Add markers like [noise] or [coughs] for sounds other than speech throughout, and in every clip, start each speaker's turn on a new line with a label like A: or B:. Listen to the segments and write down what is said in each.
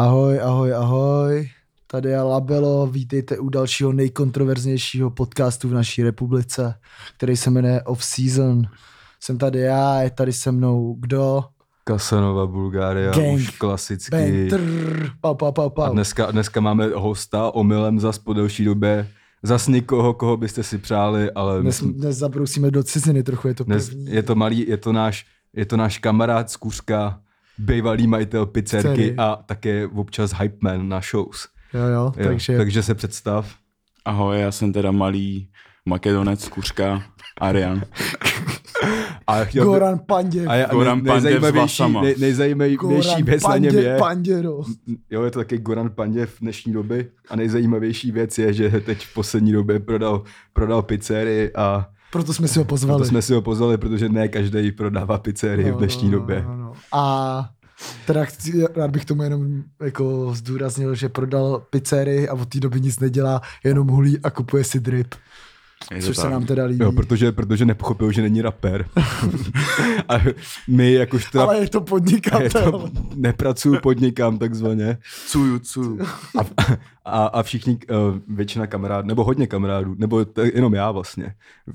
A: Ahoj, ahoj, ahoj. Tady je Labelo, vítejte u dalšího nejkontroverznějšího podcastu v naší republice, který se jmenuje Off Season. Jsem tady já, je tady se mnou kdo?
B: Kasanova Bulgária,
A: Gang.
B: už klasicky.
A: Ben, trrr, pau, pau, pau,
B: A
A: pau.
B: dneska, dneska máme hosta omylem zas po delší době. Zas nikoho, koho byste si přáli, ale
A: Dnes, dnes zabrousíme do ciziny trochu, je to
B: dnes
A: první.
B: je to malý, je to náš, je to náš kamarád z Kuřka, bývalý majitel pizzerky
A: Pizzery.
B: a také občas hype man na shows.
A: Jo, jo,
B: Jo,
A: takže
B: takže se představ.
C: Ahoj, já jsem teda malý makedonec, kuřka, Arian.
B: A chtěl by-
A: Goran Panděv.
B: a já,
C: Goran
B: nej,
C: Panděv s
B: nejzajímavější,
C: vlasama.
B: nej, nejzajímavější
A: Goran
B: věc na něm
A: Pandě,
B: je,
A: Panděro.
B: Jo, je to taky Goran Panděv v dnešní doby a nejzajímavější věc je, že teď v poslední době prodal, prodal pizzerii a
A: Proto jsme si ho
B: na to
A: pozvali.
B: jsme si ho pozvali, protože ne každý prodává pizzerii v dnešní době.
A: No, no, no. A teda chci, rád bych tomu jenom jako zdůraznil, že prodal pizzerii a od té doby nic nedělá, jenom hulí a kupuje si drip,
C: Je to
A: což se
C: tak.
A: nám teda líbí.
B: Jo, protože, protože nepochopil, že není rapper. a my jakož teda...
A: Ale je to
B: je
A: podnikatel.
B: to, [laughs] nepracuju, podnikám takzvaně.
C: Cuju, cuju.
B: A, a všichni, eh, většina kamarádů, nebo hodně kamarádů, nebo t- jenom já vlastně,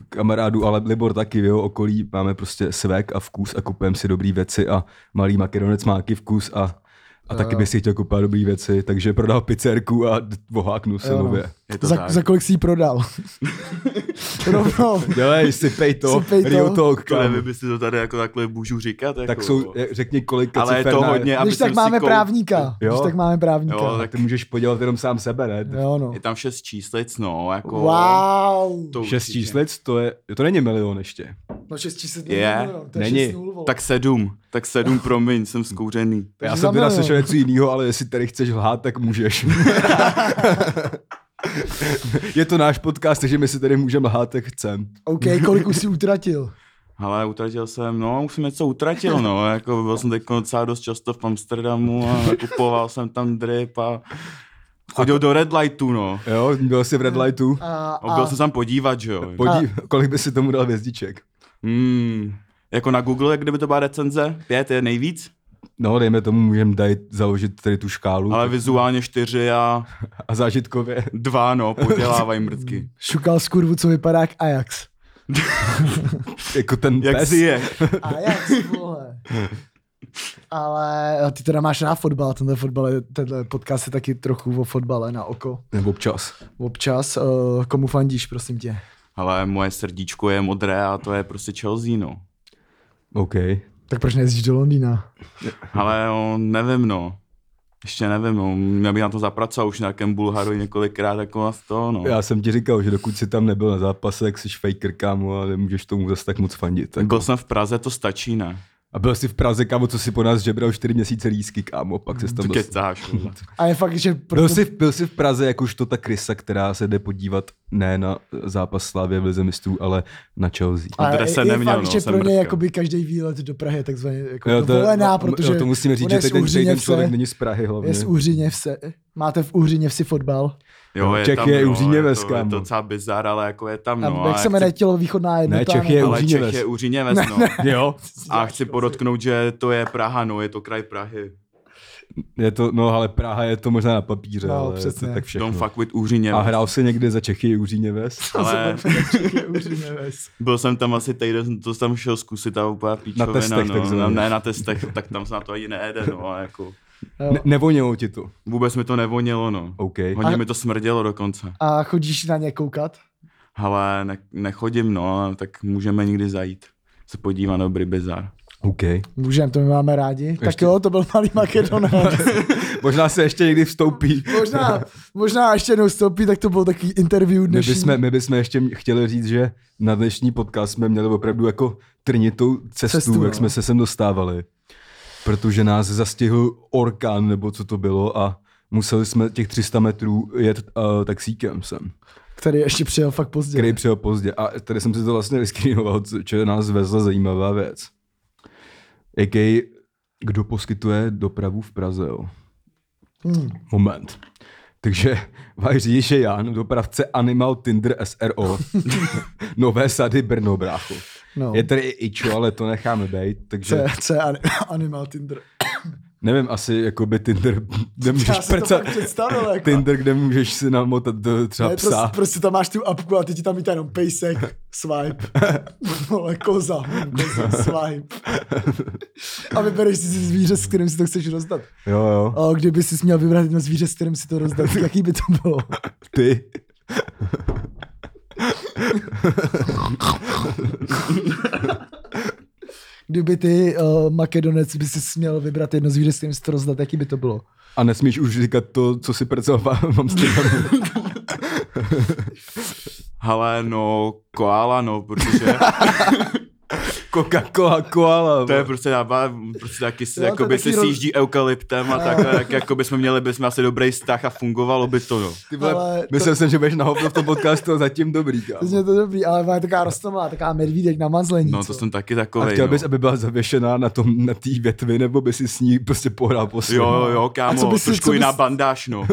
B: kamarádů, ale Libor taky v jeho okolí máme prostě svek a vkus a kupujeme si dobrý věci a malý makedonec má taky vkus a, a taky by si chtěl kupovat dobrý věci, takže prodal pizzerku a d- voháknu se
A: Jo, no.
B: nově.
C: Je to
A: Za,
C: tak.
A: za kolik si ji
C: [laughs]
A: prodal? Rovnou.
B: Dělej, sypej to,
A: [laughs] Sypej to.
B: Rio Talk,
C: To
B: kámo.
C: nevím, jestli to tady jako takhle můžu říkat. Jako,
B: Tak jsou, eh, řekni kolik
C: ale je to
B: kaciferná
C: hodně, aby
A: Když tak
C: jsem
A: máme
C: si kou...
A: právníka.
B: Jo.
A: Když tak máme právníka.
C: Jo,
B: Tak ty můžeš podělat jenom sám sebe, ne?
A: jo no.
C: Je tam šest číslic, no, jako...
A: Wow.
C: To
B: Šest
C: určitě.
B: číslic, to je, to není milion ještě.
A: No 6 čísel
C: Je.
A: no. to je
B: Není.
A: šest nul, vole.
C: Tak sedm, tak sedm, promiň, jsem zkouřený.
B: Já
A: Takže
B: jsem teda
A: zabil.
B: slyšel něco jiného, ale jestli tady chceš lhát, tak můžeš.
C: [laughs]
B: je to náš podcast, takže my si tady můžeme lhát, jak chcem.
A: OK, kolik už si utratil?
C: Ale utratil jsem, no, už jsem něco utratil, no, jako byl jsem teď docela dost často v Amsterdamu a kupoval jsem tam drip a chodil do red lightu, no.
B: Jo, byl jsi v Red Lightu.
A: A,
C: A byl
A: a,
C: jsem tam podívat, že jo.
B: Podí, kolik by si tomu dal hvězdiček?
C: Hmm. Jako na Google, jak kdyby to byla recenze, pět je nejvíc,
B: No, dejme tomu, můžeme dát, založit tady tu škálu
C: ale
B: ale...
C: vizuálně čtyři a
B: a zážitkově.
C: dva, no,
B: [laughs]
C: podělávají mrdky.
A: šukal z kurvu, co vypadá jak Ajax.
B: Jako ten
C: Jak
B: pes.
C: si je?
A: Ajax, vole. Ale ty teda máš rád fotbal, tenhle, fotbal, je- tenhle podcast je taky trochu o fotbale na oko.
B: Nebo občas.
A: Občas, eh, komu fandíš, prosím tě?
C: Ale moje srdíčko je modré a to je prostě Chelsea, no.
B: OK.
A: Tak proč nejezdíš do Londýna?
C: Ale jo, nevím, no. Ještě nevím, no. Já bych na to zapracoval už na nějakém Bulharu několikrát jako a to, no.
B: Já jsem ti říkal, že dokud jsi tam nebyl na zápase, tak jsi faker, kámo, a nemůžeš tomu zase tak moc fandit. Tak.
C: Tak byl jsem v Praze, to stačí, ne?
B: A byl jsi v Praze, kámo, co si po nás žebral čtyři měsíce lísky, kámo, pak se tam
C: To
B: [laughs]
C: kecáš, vole.
A: A je fakt, že
B: Byl
A: proto,
B: No, jsi, byl jsi v Praze jakožto ta krysa, která se jde podívat ne na zápas Slávě v Lize mistrů, ale na Chelsea.
A: a je,
C: adrese
A: je
C: neměl,
A: fakt,
C: no,
A: že
C: jsem
A: pro ně
C: mrtka.
A: jakoby každý výlet do Prahy je takzvaně jako
B: Jo,
A: jo,
B: to- no,
A: dovolená,
B: jo,
A: protože
B: to musíme říct,
A: ona je
B: že
A: z
B: ten, že ten
A: Uhříněvse,
B: člověk není z Prahy hlavně.
A: Je z Uhříněvse. Máte v Uhříněvsi fotbal?
C: Jo, je
B: Čech
C: tam,
B: je
C: no,
B: Uříně
C: je,
B: Veska,
C: to, je
B: no.
C: to docela bizar, ale jako je tam,
A: A
C: no.
A: jak
C: a
A: se jmenuje tělovýchodná jednota?
B: Čech je
A: no? [laughs]
C: Ale
B: Uříně
C: Čech
B: Ves.
C: je Uříně Ves, no.
B: Jo,
C: A chci podotknout, že to je Praha, no, je to kraj Prahy.
B: je to, no ale Praha je to možná na papíře,
A: No,
B: ale
A: přesně.
B: to tak všechno.
C: Všechno. Don't fuck with Uříně.
B: A hrál se někde za Čechy Uříně Ves?
C: no. Ale
A: Čech je Uhříněves.
C: byl jsem tam asi týden, jsem to tam šel zkusit a úplně píčovina,
B: testech
C: no,
B: takzvaně.
C: no, ne na testech, tak tam se na to ani nejede, no, a jako
A: Jo.
B: Ne, nevonilo ti to.
C: vůbec mi to nevonilo, no.
B: OK.
C: Hodně
A: A-
C: mi to smrdělo dokonce.
A: A chodíš na ně koukat?
C: Ale ne, nechodím, no, tak můžeme někdy zajít. Se podívat na dobrý bizar.
B: OK.
A: Můžeme, to my máme rádi. Tak jo, to byl malý
B: [laughs]
A: Makedonec.
B: Možná se ještě někdy vstoupí.
A: možná, možná až jednou stoupí, tak to bylo takový interview
B: My
A: dnešní.
B: bychom, my bychom ještě mě- chtěli říct, že na dnešní podcast jsme měli opravdu jako trnitou cestu,
A: Cestu,
B: cestu jak
A: no.
B: jsme se sem dostávali. Protože nás zastihl orkán, nebo co to bylo, a museli jsme těch 300 metrů jet uh, taxíkem sem,
A: Který ještě přijel fakt pozdě.
B: který přijel pozdě. A tady jsem si to vlastně vyskrýnoval, co čo nás vezla zajímavá věc. Jaký, kdo poskytuje dopravu v Praze, jo?
A: Hmm.
B: Moment. Takže váš řidič je Jan, dopravce Animal Tinder
A: [laughs]
B: SRO. Nové sady Brno, brácho.
A: No.
B: Je tady i Ičo, ale to necháme být,
A: Co, [laughs]
B: takže
A: je, co je ani- Animal Tinder?
B: Nevím, asi jakoby Tinder, kde
A: Já
B: můžeš
A: si to
B: prcat.
A: fakt představil, jako.
B: Tinder, kde můžeš si namotat do třeba
A: Ne,
B: psa.
A: prostě, prostě tam máš tu apku a ty ti tam vítá jenom pejsek,
B: [laughs]
A: swipe, vole, koza, hm, koza, swipe. A vybereš si zvíře, s kterým si to chceš rozdat.
B: Jo, jo.
A: A kdyby si měl vybrat jedno zvíře, s kterým si to rozdat, jaký by to bylo?
B: Ty.
A: Kdyby ty, uh, Makedonec, by si měl vybrat jedno zvíře, s kterým si to rozdat, jaký by to bylo?
B: A nesmíš už říkat to, co si prcal v- v
C: [laughs]
B: Amsterdamu.
C: Hele, no, koala, no, protože
B: Coca-Cola, koala.
C: to je prostě dává, prostě taky si,
A: Jo, No. to je
C: jakoby
A: takový
C: se
A: roz- No.
C: sjíždí eukalyptem a takhle, tak jakoby jsme měli bychom asi dobrý vztah a fungovalo by to, no.
B: Ty vole,
A: Ale
B: myslel jsem, že budeš na hovno v tom podcastu a zatím dobrý,
A: To
B: kámo.
A: je to dobrý, ale má taková rostomilá, taková medvídek na mazlení.
C: No,
A: co?
C: to jsem taky
B: A
C: takovej,
B: chtěl
C: no.
B: bys, aby byla zavěšená na tom, na té větvi, nebo by si s ní prostě pohrál po svém?
C: Jo, jo, jo,
A: A co
C: kámo,
A: bys- co
C: trošku
A: bys-
C: jiná
A: [laughs]
C: bandáž, no.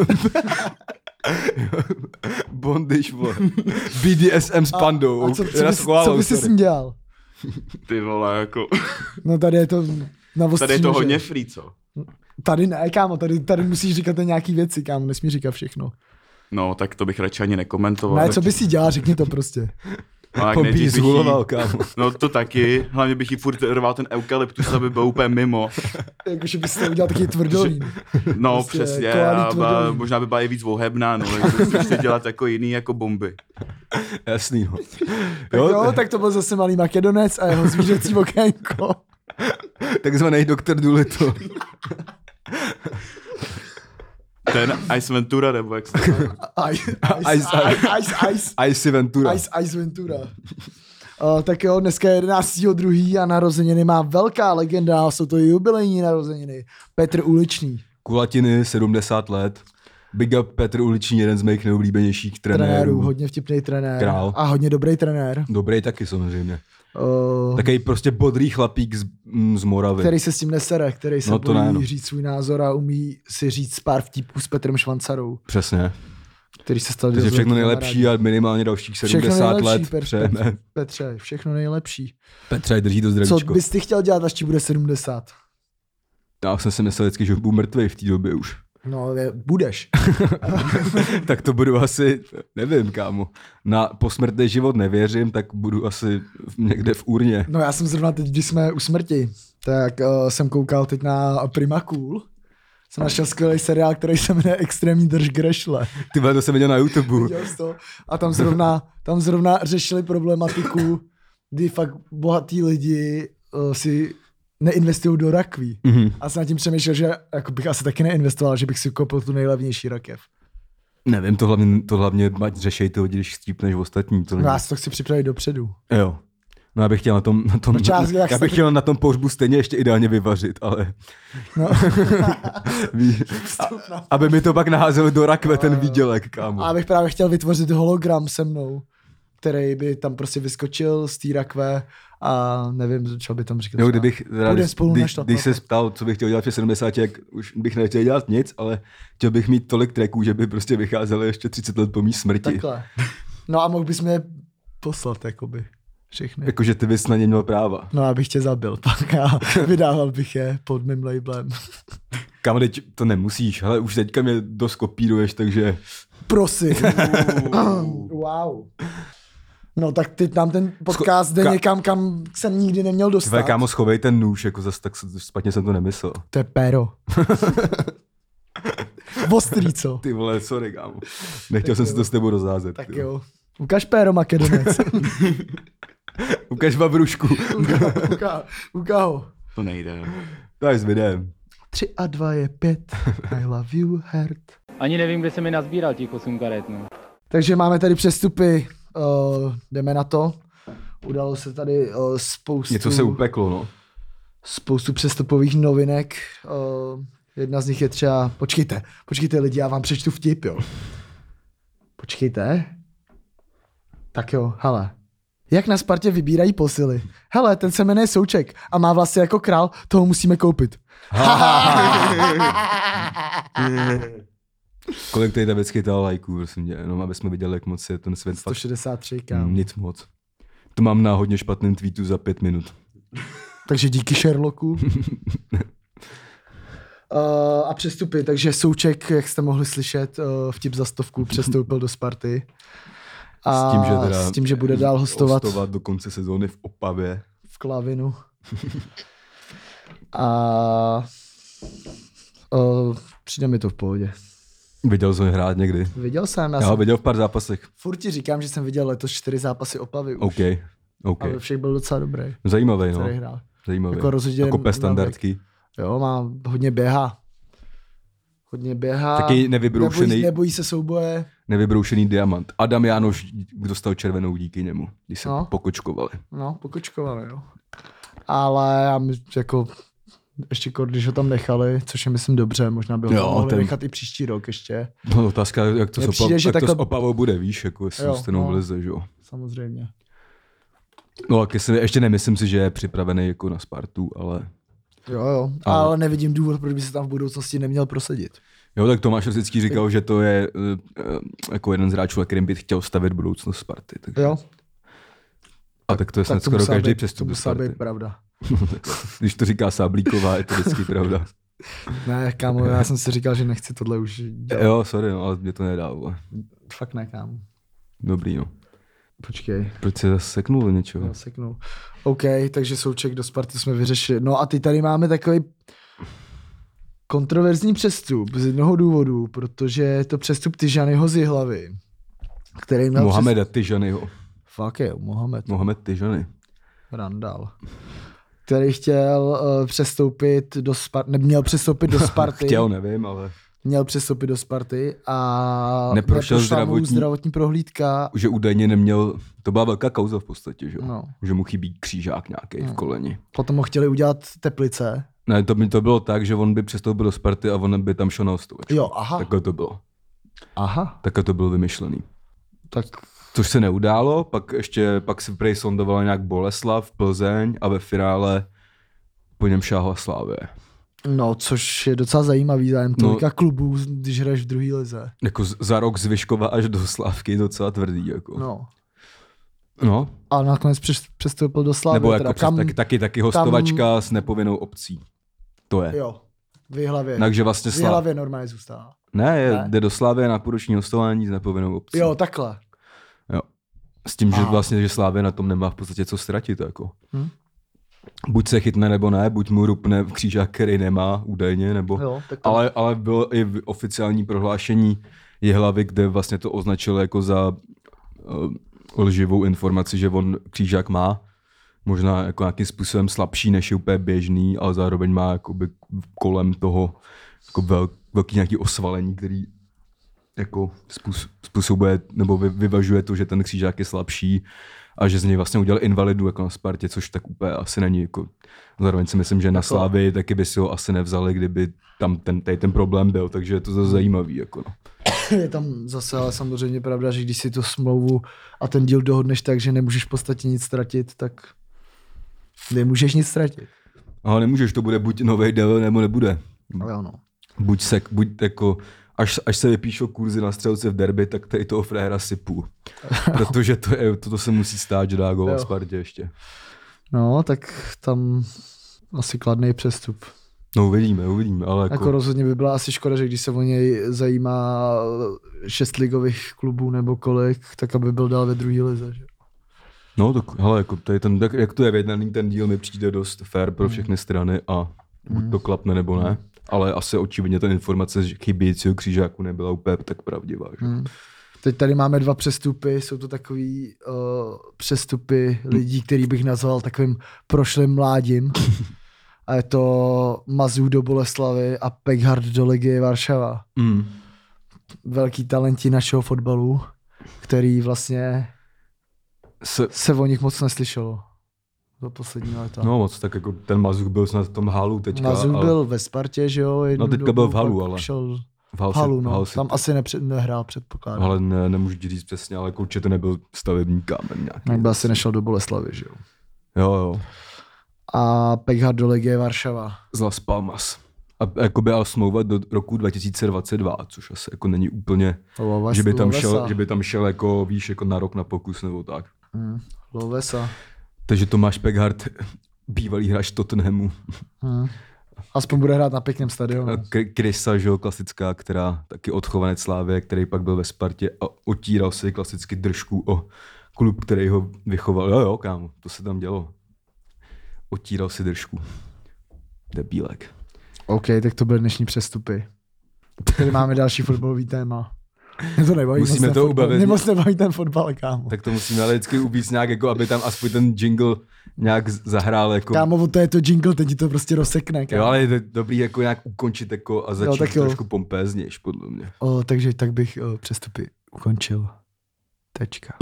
B: Bondiš, vole. [laughs] BDSM s pandou.
A: A co, co,
B: Teda
A: bys,
B: s koalou,
A: co bys si s
B: sorry.
A: ním dělal?
C: Ty vole, jako,
A: No tady je to na ostří
C: tady je to
A: nože.
C: hodně free, co?
A: Tady ne, kámo, tady, tady musíš říkat nějaký věci, kámo, nesmí říkat všechno.
C: No, tak to bych radši ani nekomentoval. No,
A: Ne, co bys jí dělal, řekni to prostě. [laughs]
C: A jak
B: Jako
C: nejdřív
B: by jí
C: bych jí-
B: zhuloval, kámo.
C: No to taky, hlavně bych jí furt rval ten eukalyptus, aby byl úplně mimo.
A: Jakože Jako, bys to udělal taky tvrdolín.
C: No
A: Prostě
C: prostě, přesně,
A: koalí
C: a ba,
A: tvrdolí.
C: možná by byla i víc vohebná, no, jako prostě dělat jako jiný jako bomby.
B: Jasný, no.
A: Jo, jo, [laughs]
C: No,
A: tak to byl zase malý Makedonec a jeho zvířecí
C: [laughs]
A: okénko.
B: takzvaný doktor Doolittle.
C: Ten Ice Ventura, nebo jak se to jmenuje.
A: Ice,
B: Ice,
A: ice, ice, ice,
B: Icy Ventura.
A: ice, ice Ventura. [laughs] Uh, tak jo, dneska je 11.2. a narozeniny má velká legenda, jsou to jubilejní narozeniny. Petr Uličný,
B: Kulatiny, 70 let. Big up Petr Uliční, jeden z mých nejoblíbenějších trenérů.
A: trenérů, hodně vtipný trenér
B: Král.
A: a hodně dobrý trenér,
B: Dobrý taky samozřejmě.
A: uh,
B: Takový prostě bodrý chlapík z, mm, z Moravy.
A: který se s tím nesere, který se
B: No
A: no
B: to
A: bojí
B: ne, no.
A: říct svůj názor a umí si říct pár vtipků s Petrem Švancarou,
B: Přesně.
A: který se stal
B: Takže
A: velkým
B: všechno nejlepší
A: kamarádem.
B: a minimálně dalších
A: Všechno
B: 70 let.
A: nejlepší, Petr- [laughs]
B: Přejeme.
A: Petře, všechno nejlepší.
B: Petře, drží to
A: Co
B: zdravíčko.
A: bys ty chtěl dělat, až ti bude 70?
B: Já jsem si myslel vždycky, že budu mrtvý v té době už. [laughs]
A: No, je, budeš.
B: tak to budu asi, nevím kámo, na posmrtný život nevěřím, tak budu asi v- někde v urně.
A: No já jsem zrovna teď, když jsme u smrti, tak uh, jsem koukal teď na Prima Cool. Jsem našel skvělý seriál, který se jmenuje Extrémní drž grešle.
B: Ty vole, to jsem viděl na YouTube.
A: Viděl jsi to? A tam zrovna, tam zrovna řešili problematiku, kdy fakt bohatí lidi uh, si neinvestují do rakví.
B: Mhm.
A: A jsem nad tím přemýšlel, že jako bych asi taky neinvestoval, že bych si koupil tu nejlevnější rakev.
B: Nevím, to hlavně, to hlavně ať řešej ty lidi, když stípneš ostatní. To
A: No já
B: no,
A: si to chci připravit dopředu.
B: jo. No já bych chtěl na tom, na tom,
A: No čas, jak
B: já
A: se-
B: bych chtěl na tom pohřbu stejně ještě ideálně vyvařit, ale
A: No.
B: [laughs] ví, a, aby mi to pak naházelo do rakve ten výdělek, kámo.
A: A abych právě chtěl vytvořit hologram se mnou, který by tam prostě vyskočil z té rakve a nevím, co by tam říkal.
B: Jo,
A: třeba.
B: kdybych, teda,
A: Půjdem
B: když,
A: spolu na
B: když,
A: šlapalku.
B: když se ptal, co bych chtěl dělat v těch 70, jak už bych nechtěl dělat nic, ale chtěl bych mít tolik tracků, že by prostě vycházely ještě 30 let po mý smrti.
A: Takhle. No a mohl bys mě poslat, jakoby, všechny.
B: Jakože ty bys na ně měl práva.
A: No abych tě zabil [laughs] pak a vydával bych je pod mým labelem.
B: Kam teď to nemusíš, ale už teďka mě dost kopíruješ, takže [laughs]
A: Prosím.
C: Uuu.
A: wow. No tak teď nám ten podcast jde
B: Ka-
A: někam, kam jsem nikdy neměl dostat.
B: tvé kámo schovej ten nůž, jako zase tak s- špatně jsem to nemyslel.
A: To je
B: [laughs]
A: péro. Ostrý, co?
B: Ty vole, sorry kámo, nechtěl jsem si to s tebou rozházet.
A: Tak
B: ty vole.
A: jo. Ukaž péro,
B: [laughs]
A: Makedonec.
B: Ukaž babrušku,
A: Uka, uka ho.
C: To nejde. no.
B: to je s videem.
A: Tři a dva je pět. I love you, heart.
D: Ani nevím, kde se mi nazbíral těch 8 karet, no.
A: Takže máme tady přestupy. Uh, jdeme na to. Udalo se tady uh, spoustu,
B: Něco se upeklo, no.
A: spoustu přestupových novinek. Uh, jedna z nich je třeba... Počkejte, počkejte lidi, já vám přečtu vtip, jo. Počkejte. Tak jo, hele. Jak na Spartě vybírají posily? Hele, ten se jmenuje Souček a má vlasy jako král, toho musíme koupit.
B: Kolik tady David chytal lajků, prosím tě, jenom aby jsme viděli, jak moc je ten svět fakt
A: 163,
B: Mm,
A: kámo.
B: Nic moc. To mám na hodně špatném tweetu za pět minut. [laughs]
A: Takže díky Sherlocku. Uh, a přestupy, takže Souček, jak jste mohli slyšet, uh, vtip za stovku přestoupil do Sparty. A
B: s tím, že, teda
A: s tím, že bude dál hostovat,
B: hostovat do konce sezóny v Opavě.
A: v
B: [laughs]
A: Klavinu. a uh, přijde mi to v pohodě.
B: Viděl jsem ho hrát někdy.
A: Viděl jsem, já,
B: Já ho
A: jsem,
B: viděl v pár zápasech.
A: furt ti říkám, že jsem viděl letos čtyři zápasy Opavy už.
B: OK, OK.
A: A ve všech byl docela dobrý,
B: Zajímavý, no.
A: který hrál.
B: Zajímavý.
A: Jako rozhodně
B: A kope
A: maverick.
B: standardky.
A: Jo, má hodně běhá. Hodně běhá.
B: Taky nevybroušený-
A: Nebojí, nebojí se souboje.
B: Nevybroušený diamant. Adam Jánoš dostal červenou díky němu, když se
A: No.
B: pokočkovali.
A: No, pokočkoval, jo. Ale já my, jako ještě kor, když ho tam nechali, což je myslím dobře, možná by ho
B: Jo,
A: tam mohli
B: ten-
A: nechat i příští rok ještě,
B: No otázka, jak to,
A: Mně
B: s,
A: přijde,
B: Opav,
A: že
B: jak to s
A: takhle-
B: Opavou bude, víš, jako jestli
A: Jo,
B: jo, stejnou
A: no.
B: no. vleze, že jo.
A: samozřejmě.
B: No a jestli, ještě nemyslím si, že je připravený jako na Spartu, ale
A: Jo, jo, ale,
B: Ale-
A: ale nevidím důvod, proč by se tam v budoucnosti neměl prosadit.
B: Jo, tak Tomáš vždycky říkal, že to je eh, eh, jako jeden z hráčů, na kterým by chtěl stavit budoucnost Sparty. Tak,
A: Jo,
B: a tak to je snad
A: tak to
B: skoro
A: musela
B: každý
A: být, to
B: přestup do
A: musela
B: Sparty. No,
A: být pravda.
B: [laughs] Když to říká Sáblíková, je to vždycky pravda.
A: Ne, kámo, já jsem si říkal, že nechci tohle už dělat.
B: Jo, sorry, no, ale mě to nedá. vole.
A: Fakt ne, kámo.
B: Dobrý, no.
A: Počkej.
B: Proč se zase seknul do něčeho?
A: Jo, seknul. OK, takže souček do Sparty jsme vyřešili. No a teď tady máme takový kontroverzní přestup z jednoho důvodu, protože je to přestup Tyžanyho z hlavy, který měl Přes...
B: Mohameda Tyžanyho.
A: Fuck je, Mohamed
B: Mohamed Tyžany.
A: Randall. Který chtěl uh, přestoupit do Sparty, neměl přestoupit
B: [laughs]
A: do Sparty,
B: Chtěl, nevím, ale
A: měl přestoupit do Sparty a
B: Neprošel
A: neprošla mu
B: zdravotní-
A: zdravotní prohlídka.
B: že údajně neměl, to byla velká kauza v podstatě, že jo?
A: No. Hmm.
B: Že mu chybí křížák nějaký v koleni.
A: Potom ho chtěli udělat teplice.
B: Ne, to by to bylo tak, že on by přestoupil do Sparty a on by tam šel na hostovačku.
A: Jo, aha.
B: Takhle to bylo.
A: Aha.
B: Takhle to bylo vymyšlený.
A: Tak
B: Což se neudálo, pak ještě pak si prej sondovala nějak Boleslav, Plzeň a ve finále po něm šáhla Slávě.
A: No, což je docela zajímavý zájem
B: No.
A: tolika no. klubů, když hraješ v druhé lize.
B: Jako z- za rok z Vyškova až do Slávky je docela tvrdý. Jako.
A: No.
B: no.
A: A nakonec přes- přestoupil do Slavy.
B: Nebo jako
A: kam,
B: kam, taky, taky, taky hostovačka s nepovinnou obcí. To je.
A: Jo, v Jihlavě.
B: Takže vlastně
A: v
B: Slávě.
A: Jihlavě normálně zůstává.
B: Ne, je,
A: Ne.
B: jde do Slávě na půroční hostování s nepovinnou obcí.
A: Jo, takhle.
B: S tím, že
A: Aha.
B: vlastně, že Slávě na tom nemá v podstatě co ztratit. Jako.
A: Hm.
B: Buď se chytne nebo ne, buď mu rupne křížák, který nemá údajně, nebo...
A: Jo, tak to...
B: Ale, ale bylo i v- oficiální prohlášení Jihlavy, kde vlastně to označilo jako za uh, lživou informaci, že on křížák má, možná jako nějakým způsobem slabší, než je úplně běžný, ale zároveň má jakoby kolem toho jako vel, velký nějaký osvalení, který jako způs- způsobuje nebo vy, vyvažuje to, že ten křížák je slabší a že z něj vlastně udělal invalidu jako na Spartě, což tak úplně asi není. Jako, zároveň si myslím, že
A: Jako-
B: na Slávy taky by si ho asi nevzali, kdyby tam ten, tady ten problém byl, takže je to
A: Hmm.
B: zase zajímavý. Jako no.
A: Je tam zase ale samozřejmě pravda, že když si tu smlouvu a ten díl dohodneš tak, že nemůžeš v podstatě nic ztratit, tak nemůžeš nic ztratit.
B: Ale nemůžeš, to bude buď nový deal, nebo nebude.
A: Ale ono.
B: Buď se, buď jako, až, až se vypíšou kurzy na střelce v derby, tak tady toho
A: [laughs]
B: fréra sypu. Protože to je, toto se musí stát, že dá gol na
A: Jo.
B: Spartě ještě.
A: No, tak tam asi kladný přestup.
B: No uvidíme, uvidíme, ale jako,
A: Jako rozhodně by byla asi škoda, že když se o něj zajímá šest ligových klubů nebo kolik, tak aby byl dál ve druhé lize. Že?
B: No, tak, hele, jako tady ten, tak, jak to je vyjednaný, ten díl mi přijde dost fair
A: Hmm.
B: pro všechny strany a buď to klapne nebo ne. Ale asi očividně ta informace z chybějícího křížáku nebyla úplně tak pravdivá. Že?
A: Hmm. Teď tady máme dva přestupy, jsou to takový uh, přestupy lidí, který bych nazval takovým prošlým mládím. A je to Mazů do Boleslavy a Peghard do Legie Varšava.
B: Mm.
A: Velký talenti našeho fotbalu, který vlastně
B: Se,
A: se o nich moc neslyšelo za poslední léta.
B: no moc, tak jako ten Mazuk byl snad v tom halu teďka.
A: Mazur
B: ale
A: byl ve Spartě, že jo? jednu
B: No, teďka
A: dobu,
B: byl v Halu,
A: pak
B: ale.
A: Šel
B: v
A: v
B: Hull
A: halu,
B: City-
A: no.
B: Hull
A: Tam
B: City.
A: asi nepře- nehrál, předpokládám. Ale...
B: Ale ne, nemůžu ti říct přesně, ale jako určitě nebyl stavební kámen nějaký.
A: By No, asi nešel do Boleslavy, že jo?
B: Jo, jo.
A: A Peghard do Legie Varšava.
B: z Las Palmas. A jakoby ale smlouva do roku 2022, což asi jako není úplně,
A: Loves,
B: že by, tam
A: Lovesa.
B: šel, že by tam šel jako, víš, jako na rok na pokus nebo tak.
A: Hmm. Lovesa.
B: Takže Tomáš Peghart, bývalý hráč Tottenhamu,
A: Hmm. Aspoň bude hrát na pěkném stadionu.
B: Kr- Krysa, že jo, klasická, která taky odchovanec Slávě, který pak byl ve Spartě a otíral si klasicky držku o klub, který ho vychoval. Jo, jo, kámo, to se tam dělo. Otíral si držku. Debílek.
A: OK, tak to byly dnešní přestupy. Tady máme další fotbalový téma. Mě to nebaví.
B: Musíme
A: moc
B: to
A: ten fotbal.
B: ubavit.
A: Mě moc nebaví ten fotbal, kámo.
B: Tak to musíme ale vždycky ubít nějak, jako aby tam aspoň ten jingle nějak z- zahrál. Jako,
A: Kámo, o to je to jingle, teď ti to prostě rozsekne,
B: jo,
A: kámo.
B: ale je to dobrý jako nějak ukončit jako a začít jo,
A: tak
B: tak
A: jo.
B: trošku pompéznějš, podle mě.
A: O, takže tak bych o, přestupy ukončil. Tečka.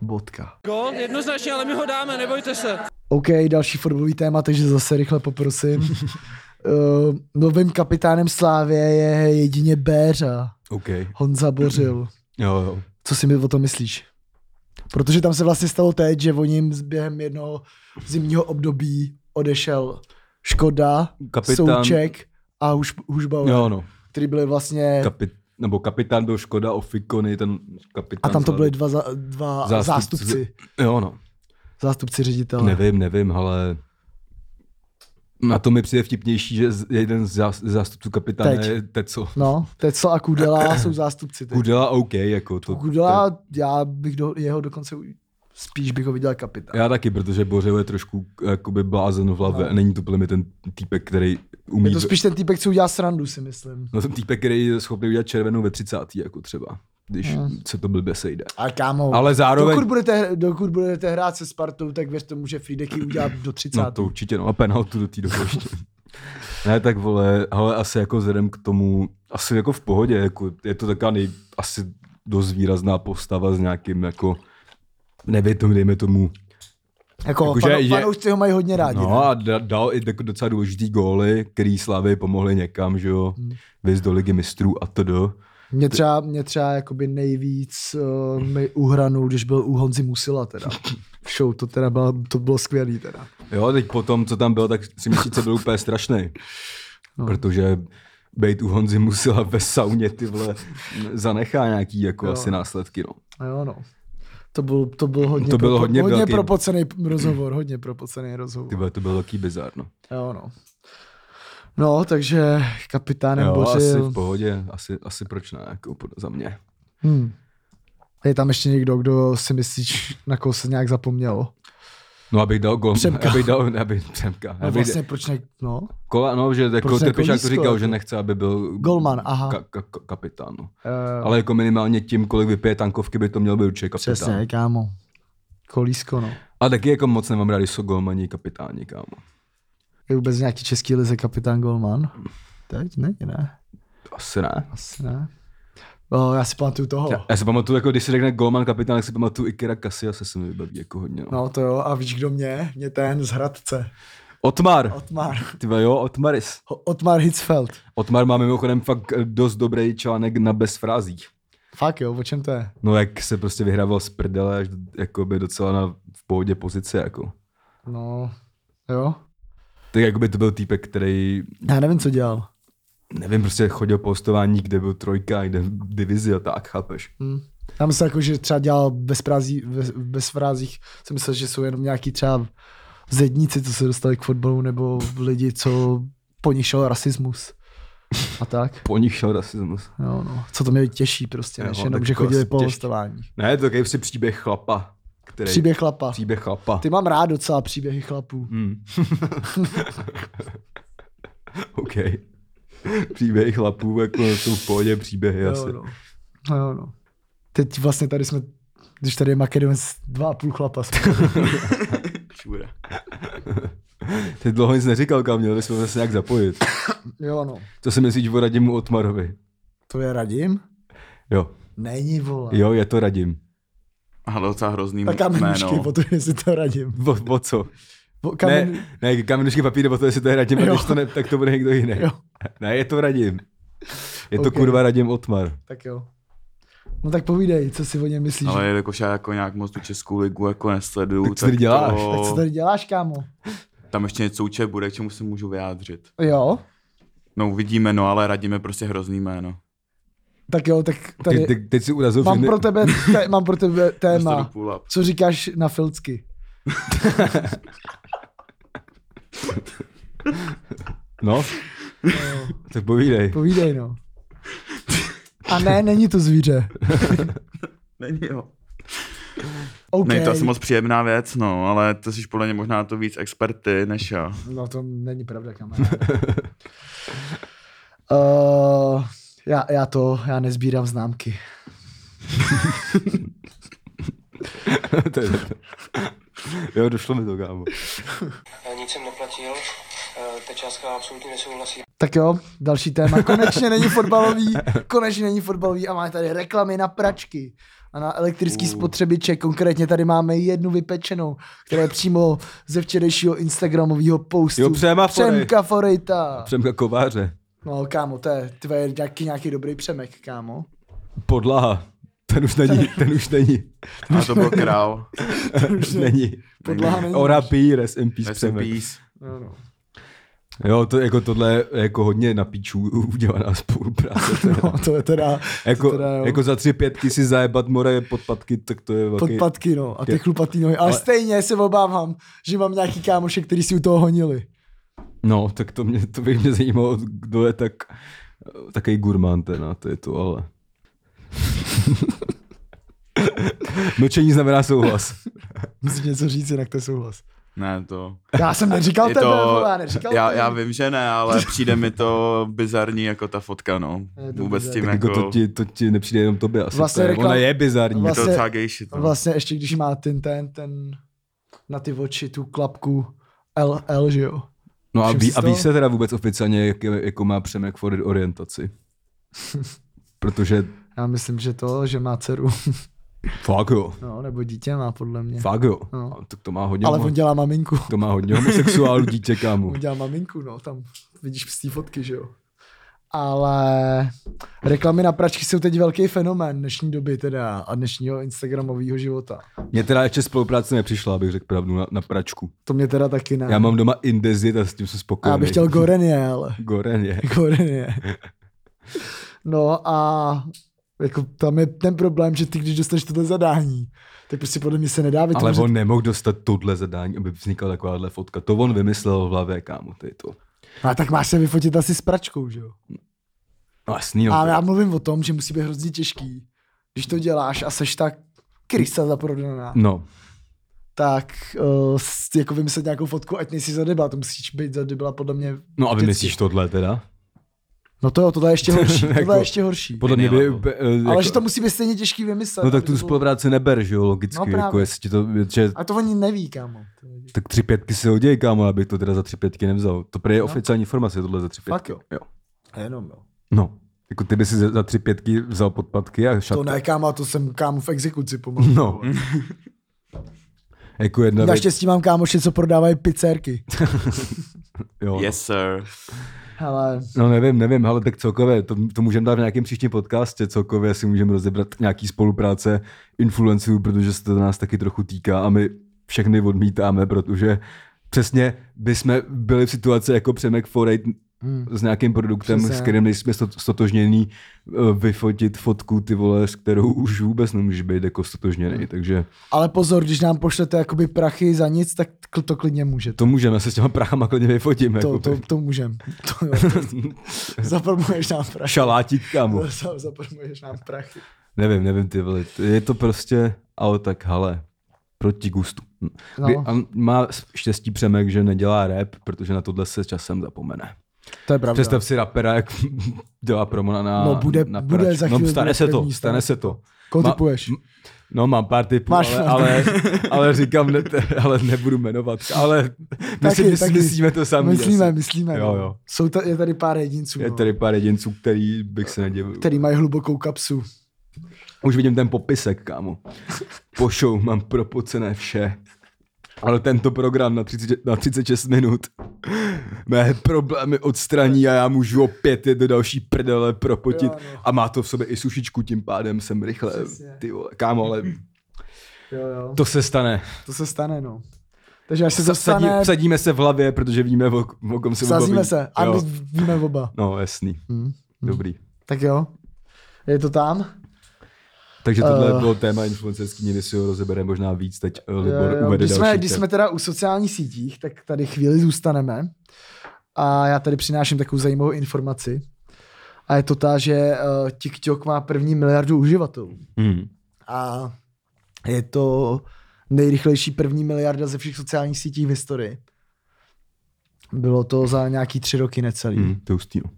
A: Bodka.
E: Gol, jednoznačně, ale my ho dáme, nebojte se.
A: OK, další fotbalový téma, takže zase rychle poprosím. uh, novým kapitánem Slávě je jedině Béřa,
B: OK.
A: Honza Bořil.
B: Jo, jo.
A: Co si mi o tom myslíš? Protože tam se vlastně stalo teď, že o něm z- během jednoho zimního období odešel Škoda,
B: Kapitán-
A: Souček a Huš, Hušbauer,
B: Jo, no.
A: který byli vlastně...
B: Kapit, nebo kapitán byl Škoda, Ofikony, ten
A: a
B: kapitán.
A: tam to
B: za-
A: byly dva, za, dva zástupci.
B: Zástupci.
A: zástupci. No.
B: Jo, no.
A: Zástupci ředitele.
B: Nevím, nevím, ale na to mi přijde vtipnější, že z- jeden z zás- zástupců kapitána
A: Teď.
B: je Teco.
A: No, Tecl a [coughs] Kudela jsou zástupci. teď.
B: Kudela OK, jako to.
A: Kudela, já bych do, jeho dokonce u- spíš bych ho viděl jako kapitán.
B: Já taky, protože Bořil je trošku jakoby blázen v hlavě.
A: No.
B: No. Není to podle mě ten týpek, který umí...
A: Je to spíš ten týpek, co udělá srandu, si myslím.
B: No ten týpek, který je schopný udělat červenou ve 30. jako třeba, když
A: Hmm. No.
B: se to blbě sejde.
A: Ale kámo,
B: Ale zároveň...
A: dokud, budete, dokud budete hrát se Spartou, tak věř tomu, že Friedeky
B: [coughs]
A: udělá do 30.
B: No to určitě, no a penaltu do té doby [laughs] ještě. ne, tak vole, ale asi jako vzhledem k tomu, asi jako v pohodě, jako je to taková nej, asi dost výrazná postava s nějakým jako, nevětom, dejme tomu.
A: jako, jako
B: jakože
A: panu,
B: je-
A: fanoušci ho mají hodně rádi.
B: No
A: No,
B: a da- dal i jako docela důležitý góly, který Slavy pomohly někam, že jo, vyz do ligy mistrů a to do.
A: mě třeba, mě třeba jakoby nejvíc uh, mi uhranul, když byl u Honzi Musila
B: [coughs]
A: teda. V show to teda bylo, to bylo skvělý teda.
B: Jo, teď potom, co tam bylo, tak si měsíce byl úplně strašný. No. Protože bejt u Honzi musela ve sauně ty vole [laughs] zanechá nějaký jako
A: Jo.
B: jo. asi následky, no.
A: A jo, no. To byl, to byl hodně,
B: To byl hodně
A: hodně
B: velký-
A: propocený rozhovor, hodně propocený rozhovor.
B: Ty vole, to byl velký bizar, no.
A: Jo, no. No, takže kapitánem
B: Jo, asi
A: Bořil.
B: v pohodě, asi, asi proč ne, jako pod- za mě.
A: Hmm. Je tam ještě někdo, kdo si myslíš, na koho se nějak zapomnělo?
B: No abych dal gol,
A: Přemka.
B: abych dal, abych Přemka.
A: No
B: abych,
A: vlastně proč ne, no?
B: kola, no, že jako
A: Prostě jako
B: Trpišák
A: nízko,
B: to říkal,
A: jako.
B: že nechce, aby byl
A: Golman, aha.
B: Ka, ka, ka, kapitán, no.
A: Eh,
B: Ale jako minimálně tím, kolik vypije tankovky, by to měl být určitě kapitán.
A: Přesně, kámo. Kolísko, no.
B: A taky jako moc nemám rád, když jsou golmani kapitáni, kámo.
A: Je vůbec nějaký český lize kapitán Golman? Teď? Ne, ne,
B: Asi ne.
A: asi ne. O, já si pamatuju toho.
B: Já, já si pamatuju, jako když se řekne golman kapitán, tak si pamatuju Ikera Casillas, se se mi vybaví jako hodně. No.
A: No to jo, a víš kdo mě? Mě ten z Hradce.
B: Otmar.
A: Otmar.
B: Ty vole, jo, Otmaris.
A: Ho- Otmar Hitzfeld.
B: Otmar má mimochodem fakt eh, dost dobrý článek na bezfrázích.
A: Fakt jo, o čem to je?
B: No jak se prostě vyhrával z prdele až do- jakoby docela na v pohodě pozici jako.
A: No, jo.
B: Tak jakoby to byl týpek, který,
A: Já nevím, co dělal.
B: nevím, prostě chodil po hostování, kde byl trojka, kde divizi a tak, chápeš?
A: Hmm. Já myslel, jako, že třeba dělal bez, prází, bez, bez frázích, jsem myslel, že jsou jenom nějaký třeba zedníci, co se dostali k fotbalu, nebo lidi, co po nich šel rasismus. A tak,
B: Po nich šel rasismus.
A: jo, no. Co to mě těší prostě, než
B: Jo, no,
A: jenom,
B: tak
A: že
B: to
A: chodili
B: asi
A: po
B: těší.
A: hostování.
B: Ne, to je prostě příběh chlapa. Který,
A: Příběh chlapa.
B: příběh chlapa.
A: Ty mám rád docela příběhy chlapů.
B: Hmm. [laughs] OK. Příběhy chlapů, jako jsou v pohodě příběhy jo,
A: Jo,
B: asi.
A: no. Jo, no. Teď vlastně tady jsme, když tady je Makedonec, dva a půl chlapa. jsme.
C: Šura.
B: Ty dlouho nic neříkal, kam měl bychom se nějak zapojit.
A: Jo, no.
B: Co si myslíš o Radimu Otmarovi?
A: To je Radim?
B: Jo,
A: Není, vole.
B: jo, je to Radim.
C: Ale docela hrozný
A: Tak kamenušky,
C: jméno.
A: potom jestli to radím.
B: O, o co?
A: Po- Kamen...
B: Ne, ne, kamenušky papír, o to jestli to je Radim, a
A: Jo.
B: když to ne, tak to bude někdo jiný.
A: Jo.
B: Ne, je to Radim. Je to
A: Ok.
B: kurva Radim Otmar.
A: Tak jo. No tak povídej, co si o něm myslíš.
C: Ale jako já jako nějak moc tu českou ligu jako nesleduju.
B: Tak co tady děláš?
A: Tak co tady děláš, kámo?
C: Tam ještě něco určitě bude, k čemu se můžu vyjádřit.
A: Jo?
C: No uvidíme, no ale radíme prostě hrozný jméno.
A: Tak jo, tak tady...
B: Teď, teď, teď si urazil
A: mám,
B: všechny-
A: pro tebe, te, mám pro tebe
C: Dostanu
A: téma.
C: pull up. [laughs]
A: Co říkáš na Filcky?
B: No, tak povídej.
A: Povídej, no. A ne, není to zvíře.
C: Není jo.
A: OK.
C: Ne, to asi moc příjemná věc, no, ale to jsi podle mě možná to víc experty než já.
A: No to není pravda,
C: [laughs]
A: kamaráde. uh, já, já to, já nezbírám známky.
B: [laughs] To je- jo, došlo mi to, kámo.
F: Nic jsem neplatil, eh, ta částka absolutně nesouhlasí.
A: Tak jo, další téma. Konečně není fotbalový, konečně není fotbalový a máme tady reklamy na pračky a na elektrický spotřebiče. Konkrétně tady máme jednu vypečenou, která je přímo ze včerejšího Instagramového postu.
B: Jo, Přema Forej.
A: Přemka Forejta.
B: Přemka kováře.
A: No kámo, to je tvoje nějaký, nějaký dobrý přemek, kámo.
B: Podlaha. Ten už není, ten už není.
C: A to
A: [laughs]
C: byl král.
B: Ten už není.
A: Podlaha není.
B: Ora píres, MP
C: Rest in
B: Přemek.
C: peace.
A: No, no.
B: Jo, to, jako tohle je jako hodně na píčů
A: [laughs]
B: udělaná spolupráce. Teda.
A: no to je teda,
B: Jako,
A: to teda jo.
B: jako za tři pětky si zajebat more podpadky, tak to je velký...
A: Podpadky, no, a ty
B: Je-
A: chlupatý nohy. Ale,
B: Ale-
A: stejně se obávám, že mám nějaký kámoše, který si u toho honili.
B: No, tak to, mě, to bych mě zajímalo, kdo je tak, takový gurmán ten, a to je to, ale... [laughs] Mlčení No, znamená souhlas.
A: Musíš něco říct, jinak to je souhlas.
C: Ne, to...
A: Já jsem neříkal
C: Je
A: tebe,
C: to,
A: vole, já neříkal
C: já,
A: tebe.
C: já vím, že ne, ale přijde mi to bizarní jako ta fotka, no.
A: Je [laughs] to
C: Vůbec
A: bizarní.
C: tím
B: Tak jako to
C: jako...
B: ti, to ti nepřijde jenom tobě asi.
A: Vlastně
B: Vlastně to je,
A: reklam-
B: Ona je bizarní.
C: Je
A: Vlastně-
B: Vlastně...
C: to docela no. gejši, to.
A: Vlastně ještě když má ten, ten, ten, na ty oči tu klapku LL, že jo?
B: No a
A: všem
B: ví,
A: si
B: a
A: to-
B: ví se teda vůbec oficiálně, jak, je- jako má Přemek Ford
A: [laughs]
B: orientaci. Protože,
A: Já myslím, že to, že má dceru, [laughs]
B: fakt jo,
A: no, nebo dítě má podle mě.
B: fakt jo.
A: No.
B: No. Tak to má hodně,
A: Ale
B: homo-
A: on dělá maminku.
B: to má hodně homosexuálů dítě, kámo.
A: On dělá maminku, no, tam vidíš z té fotky, že jo. Ale reklamy na pračky jsou teď velký fenomén dnešní doby teda a dnešního Instagramového života.
B: Mně teda ještě spolupráce nepřišla, abych řekl pravdu, na, na pračku.
A: To mě teda taky ne.
B: Já mám doma Indezit a s tím jsem
A: a
B: spokojený.
A: já bych chtěl Gorenie, ale
B: Goren je.
A: Gorenie. No a jako tam je ten problém, že ty, když dostaneš tohle zadání, tak prostě podle mě se nedá
B: Ale
A: vytvořit.
B: on nemohl dostat tohle zadání, aby vznikla takováhle fotka. To on vymyslel v hlavě, kámo, to je to.
A: A tak máš se vyfotit asi s pračkou, že jo?
B: No jasný, no.
A: A
B: to-
A: já mluvím o tom, že musí být hrozně těžký, když to děláš a seš tak krysa zaprodaná.
B: No,
A: tak uh, jako vymyslet nějakou fotku, ať nejsi za debila, to musíš být za debila podle mě.
B: no a
A: vždycky.
B: vymyslíš tohle teda?
A: No to jo, tohle je
B: [laughs]
A: ještě horší,
B: Jako-
A: tohle je ještě horší.
B: Podle mě by...
C: Jiný level.
B: Jako,
A: Ale že to musí být stejně těžký vymyslet.
B: No tak
A: aby to
B: tu
A: bylo-
B: spolupráci neber, že jo, logicky.
A: No
B: No,
A: právě.
B: jako jestli ti to, že,
A: A to oni neví, kámo. To neví.
B: tak tři pětky se hodějí, kámo, abych to teda za tři pětky nevzal. To prý je oficiální informace, tohle za tři
A: No. Fakt
B: pětky.
A: jo.
B: jo.
A: A Jenom, no.
B: No, jako ty by si za, za tři pětky vzal podpadky a šat.
A: To ne, kámo, to jsem kámo v exekuci pomalu. [laughs]
B: No. jako jedna věc.
A: Naštěstí mám kámoše, co prodávají pizzerky.
B: Jo.
C: Yes, sir.
A: Ale
B: No nevím, nevím, ale tak celkově, to, to můžeme dát v nějakém příštím podcastě, celkově si můžeme rozebrat nějaký spolupráce influenců, protože se to nás taky trochu týká a my všechny odmítáme, protože přesně bychom byli v situaci jako Přemek Forejt
A: Hmm.
B: s nějakým produktem,
A: Přesně.
B: s kterým nejsme sto- stotožněný, eh, vyfotit fotku ty vole, s kterou už vůbec nemůžeš být jako stotožněný,
A: Hmm.
B: takže
A: ale pozor, když nám pošlete jakoby prachy za nic, tak kl- to klidně můžete.
B: to můžeme se s těma prachama klidně vyfotíme.
A: To,
B: jako
A: to, to můžem. To, jo, to, zapromuješ nám prachy.
B: [laughs] Šalátík kámo.
A: [laughs] Za- Zapromuješ nám prachy.
B: Nevím, nevím ty vole, t- je to prostě, ale tak hele, proti gustu. Hm.
A: No.
B: Kdy, a má štěstí Přemek, že nedělá rap, protože na tohle se časem zapomene.
A: To je pravda.
B: Představ si rapera, jak [laughs] dělá promo na, na
A: No, bude-
B: na
A: bude
B: pračku.
A: za
B: No
A: chvíli, bude
B: stane se to,
A: první,
B: stane se to.
A: Koho
B: Ma-
A: typuješ?
B: m- No mám pár typů,
A: Máš [laughs]
B: ale,
A: pár
B: ale, ale, říkám, ne, ale nebudu jmenovat. Ale my si
A: Taky,
B: mys-
A: taky.
B: myslíme to sami.
A: Myslíme,
B: asi.
A: myslíme.
B: Jo,
A: no.
B: jo.
A: Jsou ta, je tady pár jedinců,
B: Je
A: no,
B: tady pár jedinců, který bych se nedělil.
A: který mají hlubokou kapsu.
B: Už vidím ten popisek, kámo. Po show mám propocené vše. Ale tento program na, 30, na 36 minut mé problémy odstraní a já můžu opět je do další prdele propotit.
A: Jo, no.
B: A má to v sobě i sušičku, tím pádem jsem rychle.
A: Přesně.
B: Ty vole, kámo, ale
A: Jo, jo. To,
B: to se stane.
A: to se stane, no. Takže až se to
B: Sadí,
A: stane,
B: sadíme se v hlavě, protože víme, o, o kom se
A: sázíme
B: baví.
A: se. A my
B: Jo.
A: víme oba.
B: No, jasný.
A: Hm.
B: Dobrý.
A: Tak jo. Je to tam?
B: Takže tohle
A: Eh.
B: bylo téma influencerský, někdy si ho rozebereme možná víc, teď eh, Libor
A: Jo, jo.
B: uvede
A: Když,
B: další
A: jsme, když
B: téma.
A: jsme teda u sociálních sítích, tak tady chvíli zůstaneme. A já tady přináším takovou zajímavou informaci. A je to ta, že eh, TikTok má první miliardu uživatelů.
B: Hmm.
A: A je to nejrychlejší první miliarda ze všech sociálních sítí v historii. Bylo to za nějaký tři roky necelý.
B: Hmm, to je hustý, no.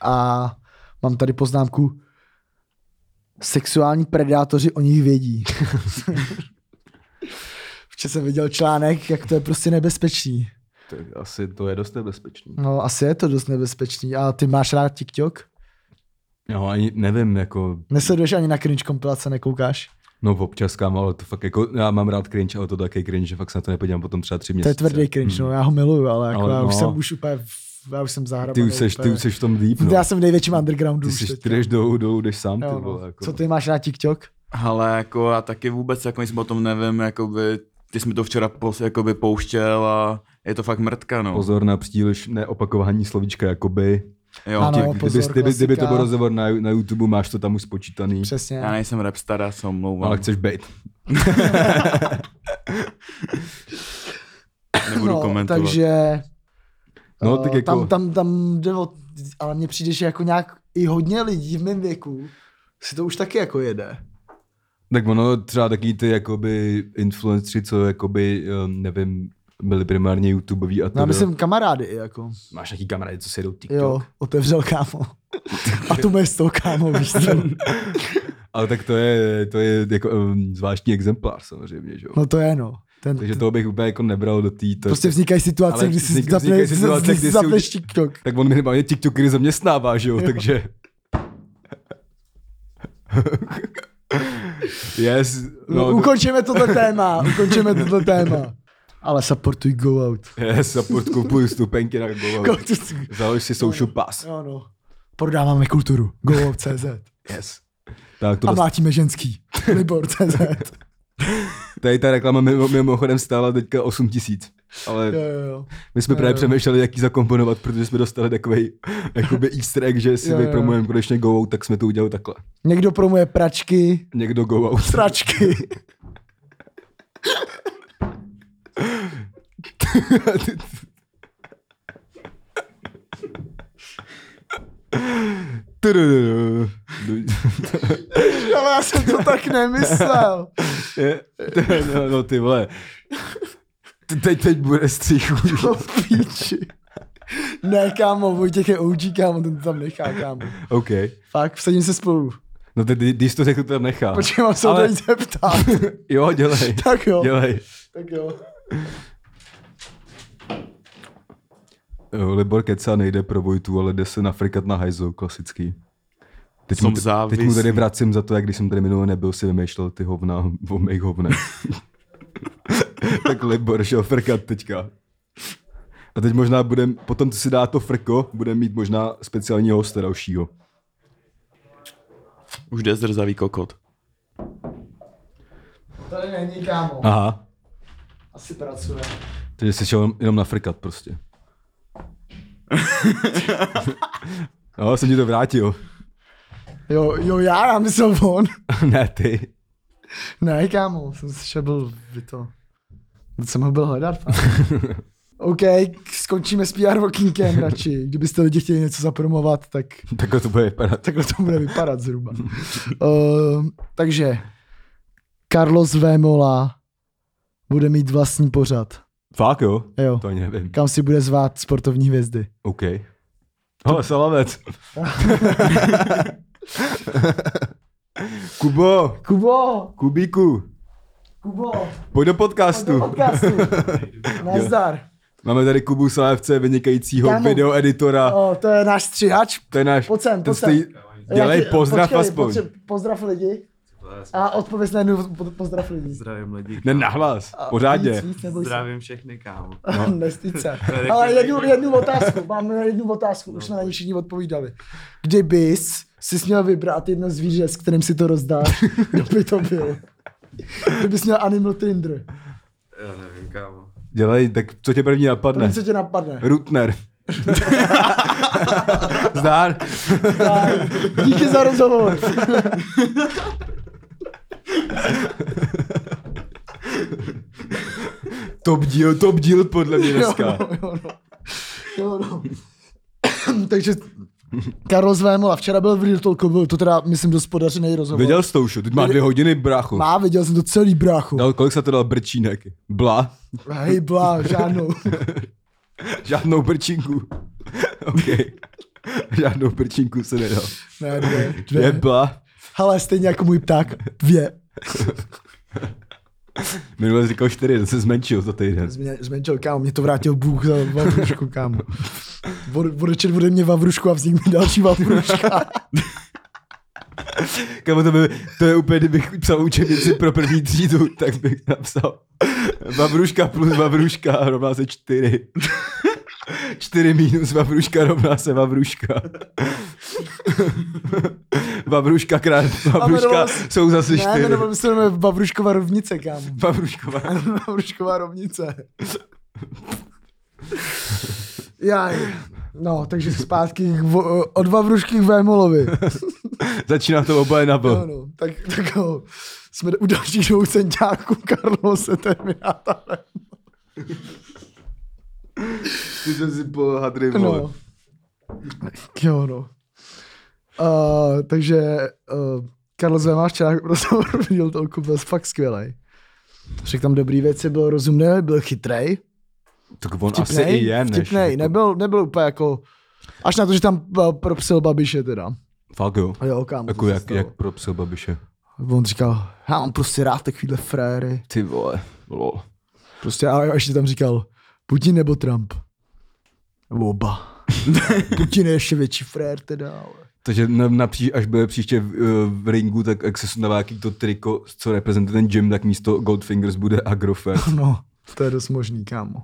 A: A mám tady poznámku. Sexuální predátoři o nich
B: [laughs]
A: vědí. Včera jsem viděl článek, jak to je prostě nebezpečný.
B: To je- Asi to je dost nebezpečný.
A: No, asi je to dost nebezpečný. A ty máš rád TikTok?
B: No, ani nevím, jako,
A: Nesleduješ ani na cringe kompilace, nekoukáš?
B: no občas kam, ale to fakt jako, já mám rád cringe, ale to taky cringe, že fakt se na to nepodívám potom třeba
A: To
B: tři
A: je
B: měsíce. Mm. Hmm.
A: tvrdý cringe, no, já ho miluju, ale, jako
B: Ale
A: já už
B: no.
A: jsem už úplně, v- já už jsem zahrabaný.
B: Ty už seš, ty
A: úplně.
B: už seš v tom líp, no.
A: Já jsem v největším undergroundu.
B: Ty
A: už
B: seš,
A: teď.
B: ty jdeš dolů, dolů, jdeš sám,
A: Jo,
B: ty
A: no.
B: vole, jako.
A: Co ty máš na TikTok?
C: Ale jako já taky vůbec jako nic o tom nevím, jakoby, ty jsi mi to včera pos, jakoby pouštěl a je to fakt mrtka, no.
B: Pozor na příliš neopakování slovíčka, jakoby.
C: Jo,
A: Ano,
C: ano,
A: pozor,
B: Kdyby, kdyby, kdyby to
A: klasika.
B: byl rozhovor na, na YouTube, máš to tam už spočítaný, No,
A: Přesně.
C: já nejsem rapstar, já se omlouvám.
B: ale chceš být.
C: Nebudu komentovat.
A: No, Takže
B: No,
A: eh,
B: tak jako-
A: tam, tam, tam jde o, ale mně přijde, že jako nějak i hodně lidí v mém věku si to už taky jako jede.
B: Tak ono třeba taky ty jakoby influenceri, co jakoby, eh, nevím, byli primárně YouTubeoví a to.
A: No, já myslím kamarády i jako.
B: Máš nějaký kamarády, co si jdou TikTok.
A: Jo, otevřel kámo. A tu město kámo, víš co?
B: Ale tak to je, to je jako um, zvláštní exemplář samozřejmě, že jo.
A: No to je no. Ten,
B: Takže toho bych úplně jako nebral do té.
A: prostě vznikají situace,
B: Ale
A: kdy si
B: vznik- vznikají situace, kdy
A: zapneš
B: si
A: zapneš
B: už-
A: TikTok.
B: Tak on minimálně TikTokery zaměstnává, že jo, takže... yes,
A: No,
B: no,
A: ukončíme toto téma, ukončíme toto téma. Ale supportuj go out.
B: yes, support kupuju stupenky na
A: [laughs] Go
B: Google.
A: to si-
B: Založ si social pass.
A: Jo no. Prodáváme kulturu. Go out CZ.
B: Yes. Tak to
A: A
B: bez...
A: mlátíme [laughs] ženský. Libor CZ.
B: prostě- tady ta reklama mimo, mimochodem stála teďka 8 tisíc. Ale
A: Jo, jo, jo.
B: my jsme právě
A: jo.
B: přemýšleli, jak ji zakomponovat, protože jsme dostali takový jakoby easter egg, že si
A: Jo, jo.
B: vypromujeme konečně go out, tak jsme to udělali takhle.
A: Někdo promuje pračky,
B: Někdo go out.
A: pračky. [laughs]
B: Tudududu.
A: Ale já jsem to tak nemyslel.
B: [laughs]
A: [laughs]
B: Je- No, no ty vole. Teď, teď bude střih.
A: To píči. Ne, kámo, Vojtěch je OG, kámo, ten to tam nechá, kámo.
B: OK.
A: Fakt, vsadím se spolu.
B: No teď, když to řekl, to tam nechá.
A: Počkej, mám se
B: Ale-
A: Ale... zeptat. [laughs]
B: Jo, dělej.
A: tak jo,
B: Dělej.
A: tak jo.
B: Jo, Eh, Libor Keca nejde pro Vojtu, ale jde se nafrikat na hajzou, klasický. Teď
C: Jsem
B: mu, t- teď mu
C: závislý.
B: tady vracím za to, jak když jsem tady minule nebyl, si vymýšlel ty hovna [laughs] o mých hovnech. [laughs] tak Libor šel frkat teďka. A teď možná budem, potom co si dá to frko, budeme mít možná speciálního hosta dalšího.
C: Už jde zrzavý kokot.
A: Tady není, kámo.
B: Aha.
A: Asi pracuje.
B: Takže jsi šel jenom nafrkat
C: [laughs]
B: prostě. no, jsem ti to vrátil.
A: Jo, jo, já, já myslel on.
B: ne, [laughs] ty.
A: Ne, kámo, jsem si že byl by to. Teď jsem ho byl hledat. fakt. OK, skončíme s PR okýnkem radši. Kdybyste lidi chtěli něco zapromovat, tak
B: Takhle to bude vypadat.
A: takhle to bude vypadat zhruba. uh, takže Carlos Vémola bude mít vlastní pořad.
B: Fakt jo?
A: Jo.
B: To ani nevím.
A: Kam si bude zvát sportovní hvězdy.
B: OK. Hele, salavec. [laughs] Kubo,
A: Kubo,
B: Kubíku,
A: Kubo,
B: pojď do podcastu.
A: podcastu. Nazdar.
B: Máme tady Kubu Salavce, vynikajícího
A: Kámo.
B: videoeditora.
A: O, to je náš střihač.
B: To je náš...
A: Pojď sem,
B: ten
A: pojď sem.
B: stojí- Dělej
A: Jaký-
B: pozdrav
A: počkej,
B: aspoň.
A: potře- Pozdrav lidi. A odpověz na jednu po- pozdrav lidí.
G: Zdravím lidi.
B: Ne, nahlas, pořádně. No.
A: Víc, víc, No, neboj se.
G: Zdravím všechny, kámo.
A: Nestyď se. Ale jednu, jednu otázku, mám jednu otázku, už jsme na ní všichni odpovídali. Kdybys si měl vybrat jedno zvíře, s kterým si to
B: [laughs]
A: rozdáš, kdo by to byl? Kdybys měl Animal Tinder,
G: Já nevím, kámo.
B: Dělej, tak co tě první napadne?
A: první, co tě
B: [laughs]
A: napadne.
B: Rutner. Zdár.
A: Tak, Díky za rozhovor.
B: Top díl, top díl podle mě dneska.
A: no. Jo, no. [coughs] takže Karol zvénul a včera byl v Real Talku, byl to teda, myslím, dost podařený rozhovor.
B: Viděl jsi to už, jo? teď má dvě hodiny, brácho.
A: Má, viděl jsem to celý brácho.
B: Dal, kolik se to dal brčínek? Bla?
A: Hej, blá, žádnou.
B: [laughs] Žádnou brčinku. [laughs] OK. Žádnou brčinku se nedal.
A: ne, dvě,
B: Je
A: dvě.
B: bla.
A: Hele, stejně jako můj pták, dvě.
B: Minule říkal čtyři, to se zmenšil za týden.
A: Změ- Zmenšil, kámo, mě to vrátil Bůh za vavrušku, kámo. Vod- Odečet ode mě vavrušku a vznik mi další vavruška.
B: Kamo, to, by, to je úplně, kdybych psal učebnici pro první třídu, tak bych napsal Vavruška plus Vavruška rovná se čtyři. Čtyři minus Vavruška rovná se Vavruška. Vavruška krát Vavruška
A: jmenovalo se-
B: jsou zase
A: Ne,
B: čtyři.
A: jmenovali se jmenuje Vavruškova rovnice, kámo.
B: Vavrušková.
A: Vavrušková rovnice. Já, no, takže zpátky k vo- od Vavrušky k Vémolovi.
B: Začíná to oboje na
A: No,
B: B.
A: no, tak, tak jo. Jsme u dalších dvou senťáků Karlose Termináta.
B: Ty jsem si po hadry,
A: No. Jo, no. Uh, takže uh, Karlo Zema včera [laughs] rozhovor v Real Talku byl fakt skvělej. Řekl tam dobrý věci, byl rozumný, byl chytrej.
B: Tak on asi
A: Vtipnej,
B: i je, než.
A: vtipnej,
B: jako-
A: nebyl, nebyl úplně jako... Až na to, že tam eh, propsil Babiše teda.
B: Fakt jo.
A: A jo, kámo,
B: Jako
A: to se
B: jak,
A: stalo.
B: jak pro psa Babiše.
A: On říkal, já mám prostě rád takovýhle frajery.
B: Ty vole, lol.
A: Prostě a a ještě tam říkal, Putin nebo Trump?
B: [laughs]
A: Oba. Putin je ještě větší frajer teda, ale...
B: Takže na, na příš, až bude příště v, eh, v ringu, tak jak se sundává jaký to triko, co reprezentuje ten gym, tak místo Goldfingers bude
A: [laughs]
B: Agrofert.
A: No, to je dost možný, kámo.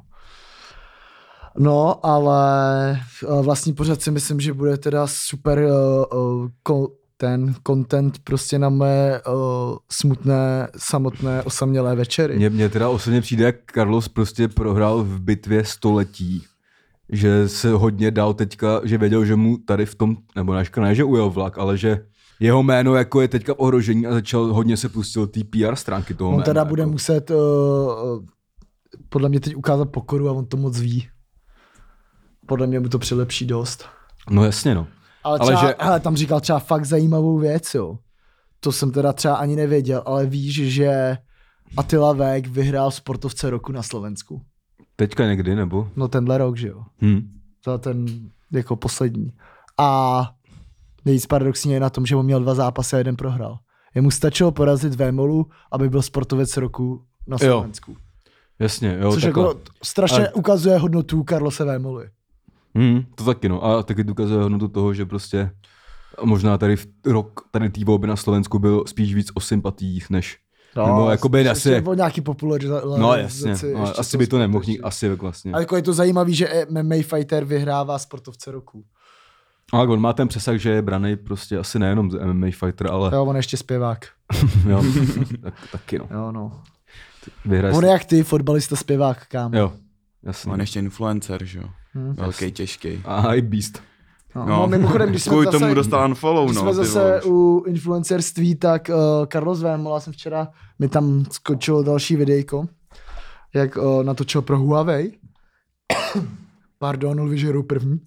A: No, ale eh, vlastní pořad si myslím, že bude teda super eh, eh, ko- ten content prostě na mé eh, smutné, samotné, osamělé večery.
B: Mně, mně teda osobně přijde, jak Carlos prostě prohrál v bitvě století. Že se hodně dal teďka, že věděl, že mu tady v tom, nebo naška ne, že ujel vlak, ale že jeho jméno jako je teďka v ohrožení a začal hodně se pustil té PR stránky toho
A: On
B: jména,
A: teda bude
B: jako.
A: muset eh, eh, podle mě teď ukázat pokoru a on to moc ví. Podle mě mu to přilepší dost.
B: No jasně no.
A: Ale,
B: Ale
A: třeba, ale
B: že-
A: že... hele, tam říkal třeba fakt zajímavou věc, jo. To jsem teda třeba ani nevěděl, ale víš, že Attila Vek vyhrál sportovce roku na Slovensku.
B: Teďka někdy, nebo?
A: No tenhle rok, že jo.
B: Hm.
A: Za ten jako poslední. A nejvíc paradoxně je na tom, že on měl dva zápasy a jeden prohrál. Jemu stačilo porazit Vémolu, aby byl sportovec roku na
B: Jo.
A: Slovensku. Jo,
B: Jasně, jo,
A: což
B: takhle.
A: jako strašně
B: Ale-
A: ale... ukazuje hodnotu Karlose Vémoly.
B: Hmm, to taky no. A taky dokazuje hodnotu toho, že prostě možná tady v rok tady té volby na Slovensku byl spíš víc o sympatiích, než no, nebo jakoby asi...
A: Nebo nějaký popularizaci.
B: No jasně, no,
A: ještě
B: asi by to nemohl,
A: sportu
B: nik-
A: ještě.
B: asi vlastně.
A: Ale jako je to zajímavé, že MMA fighter vyhrává sportovce roku.
B: No, Ale on má ten přesah, že je braný prostě asi nejenom z MMA fighter, ale
A: Jo, on je ještě zpěvák.
B: jo, tak, taky no.
A: Jo, no.
B: Vyhraje
A: On
B: si-
A: je jak ty, fotbalista, zpěvák, kámo.
B: Jo, jasně.
C: On ještě influencer, že jo? Velký, těžký.
B: A i Beast.
A: Hmm. No, no,
C: [laughs]
A: mimochodem, když jsme
C: Kvůli
A: zase-
C: tomu dostal unfollow,
A: Když
C: no.
A: jsme
C: ty
A: zase
C: vole.
A: u influencerství, tak uh, Carlos Vémola jsem včera, mi tam skočilo další videjko, jak uh, natočil pro Huawei. Pardon, vyžeru první.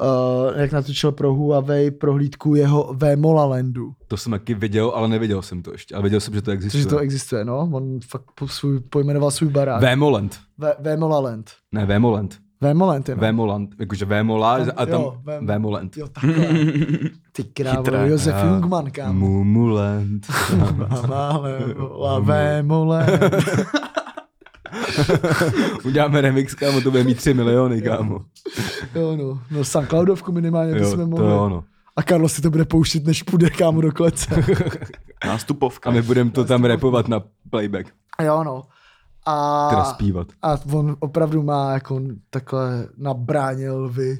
A: Uh, jak natočil pro Huawei prohlídku jeho Vémola Landu.
B: To jsem taky viděl, ale neviděl jsem to ještě. Ale viděl jsem, že to existuje.
A: Cože to existuje, no? On fakt po svůj, pojmenoval svůj barák.
B: Vémoland.
A: Vé- Vémola Land.
B: Ne, Vémoland.
A: Vémoland je, no.
B: Vémoland. Jakože Vémola a tam
A: jo, Vém-
B: Vémoland.
A: Jo, takhle. Ty krávo,
C: Chytré.
A: Josef
B: Já-
A: Jungman, kámo.
B: Mumuland. [laughs]
A: Máme lavé mole.
B: Uděláme remix, kámo, to bude mít 3 miliony, kámo.
A: Jo, no. No SoundCloudovku minimálně
B: Jo, no.
A: bychom
B: to je
A: mohli.
B: ono.
A: A Karlo si to bude pouštět, než půjde kámo do klece. [laughs]
C: Nástupovka.
B: A my budeme to tam repovat na playback,
A: jo, no. A,
B: teda zpívat.
A: a on opravdu má jako takhle na bráně lvy,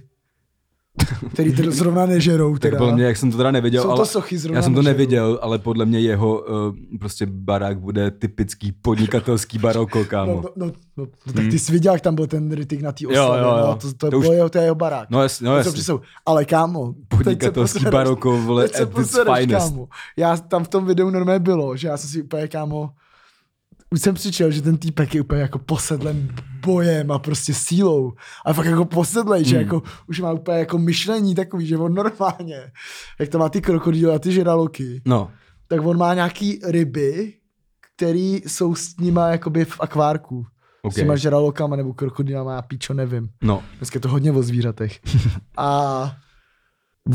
A: který teda zrovna nežerou.
B: [laughs] Tak
A: Teda.
B: podle mě, jak jsem to teda neviděl,
A: Jsou to
B: ale
A: sochy zrovna
B: já jsem to
A: nažeru.
B: neviděl, ale podle mě jeho uh, prostě barák bude typický podnikatelský baroko,
A: No,
B: kámo. Hmm.
A: no, no, no, no, tak ty jsi viděl, jak tam byl ten rytik na té
B: Jo,
A: oslavě,
B: jo, jo.
A: no, to, to,
B: To
A: to,
B: už-
A: bylo jeho, to je jeho barák.
B: No jasně, no
A: To jsou
B: jasně.
A: přesou. Ale kámo, teď se
B: Podnikatelský
A: posereš,
B: baroko, vole,
A: teď se
B: at its
A: posereš,
B: finest.
A: kámo. Já tam v tom videu normálně bylo, že já jsem si úplně, kámo, už jsem přišel, že ten týpek je úplně jako posedlen bojem a prostě sílou. A fakt jako posedlej, že
B: Hmm.
A: jako už má úplně jako myšlení takový, že on normálně, jak to má ty krokodýly a ty žraloky,
B: No,
A: tak on má nějaký ryby, který jsou s nima jakoby v akvárku. Okay. S
B: OK.
A: těma žralokama nebo krokodýlama, já píčo nevím.
B: no.
A: Dneska je to hodně o
B: [laughs]
A: zvířatech. A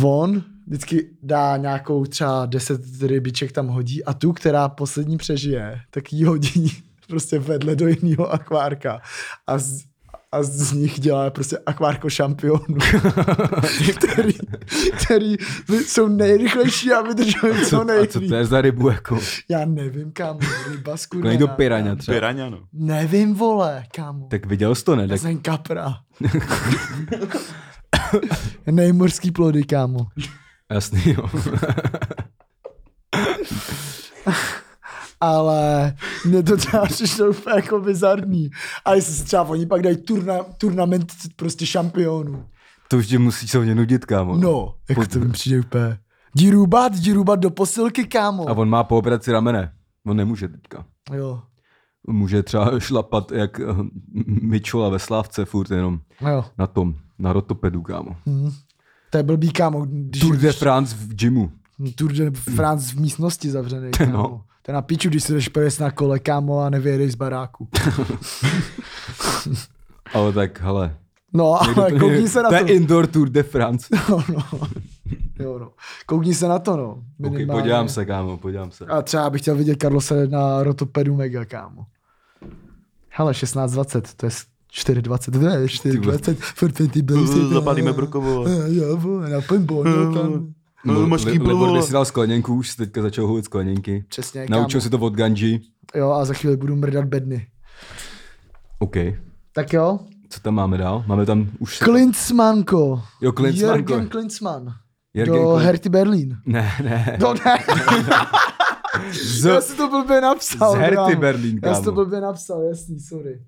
A: on vždycky dá nějakou třeba 10 rybiček tam hodí a tu, která poslední přežije, tak ji hodí [laughs] prostě vedle do jiného akvárka. A z, a z nich dělá prostě akvárko
B: [laughs]
A: šampionů, který, který jsou nejrychlejší a vydrželi co
B: Co, a co
A: No, nejvíc.
B: to je za rybu, jako?
A: Já nevím, kámo, ryba
B: Jako
A: skurvená.
B: někdo piraně třeba.
C: Piraňa, no.
A: Nevím, vole, kámo.
B: Tak viděl jsi to, ne?
A: Já
B: Tak,
A: jsem kapra. Nejmorský plody, kámo.
B: jasný, jo.
A: Ale mě to třeba přišlo úplně jako bizarní. A jestli se třeba oni pak dají turna, turnament prostě šampionů.
B: To už tě musí se hodně nudit, kámo.
A: No, jako
B: Pod-
A: to mi přijde úplně. Jdi růbat, jdi růbat do posilky, kámo.
B: A on má po operaci ramene. On nemůže teďka.
A: Jo,
B: Může třeba šlapat jak eh, Mičola ve Slávce furt jenom
A: jo.
B: na tom, na rotopedu, kámo.
A: To je blbý, kámo. Když
B: Tour de France v gymu.
A: Tour de France v místnosti zavřený, kámo.
B: [laughs] No.
A: To je na piču, když se jdeš pres na kole, kámo, a nevyjedeš z baráku.
B: Ale tak, hele. [laughs]
A: No, [laughs] ale koukni se na
B: to
A: to.
B: je indoor Tour de France.
A: Jo, no. Jo, no. Koukni se na to, no.
B: Okay,
A: Minimálně.
B: podívám se, kámo, podívám se.
A: A třeba bych chtěl vidět Karlose na rotopedu mega, kámo. Hele, 16-20, to je 4-20, to je 4-20, furt ten ty byl.
C: Zapadíme Brokovo.
A: [laughs] Jo, vole, na
B: [laughs]
A: pinball, no tam.
C: No, máš
B: Le-
C: kýbl,
B: Libor
C: vole.
B: by si dal skleněnku, už si teďka začal hulit skleněnky.
A: Přesně, kámo.
B: Naučil si to od Ganji.
A: Jo, a za chvíli budu mrdat bedny.
B: OK.
A: Tak jo,
B: Co tam máme dál? Máme tam už...
A: Klinsmanko.
B: Jo, Klinsmann,
A: Jürgen
B: Kle-
A: Klinsmann.
B: Jürgen
A: do
B: Klin-
A: Herty Berlín.
B: Ne, ne.
A: No
B: [laughs]
A: ne, já
B: Z,
A: si to blbě napsal.
B: Z Herty
A: brámo.
B: Berlín,
A: Já si
B: kámo.
A: to blbě napsal, jasný, sorry.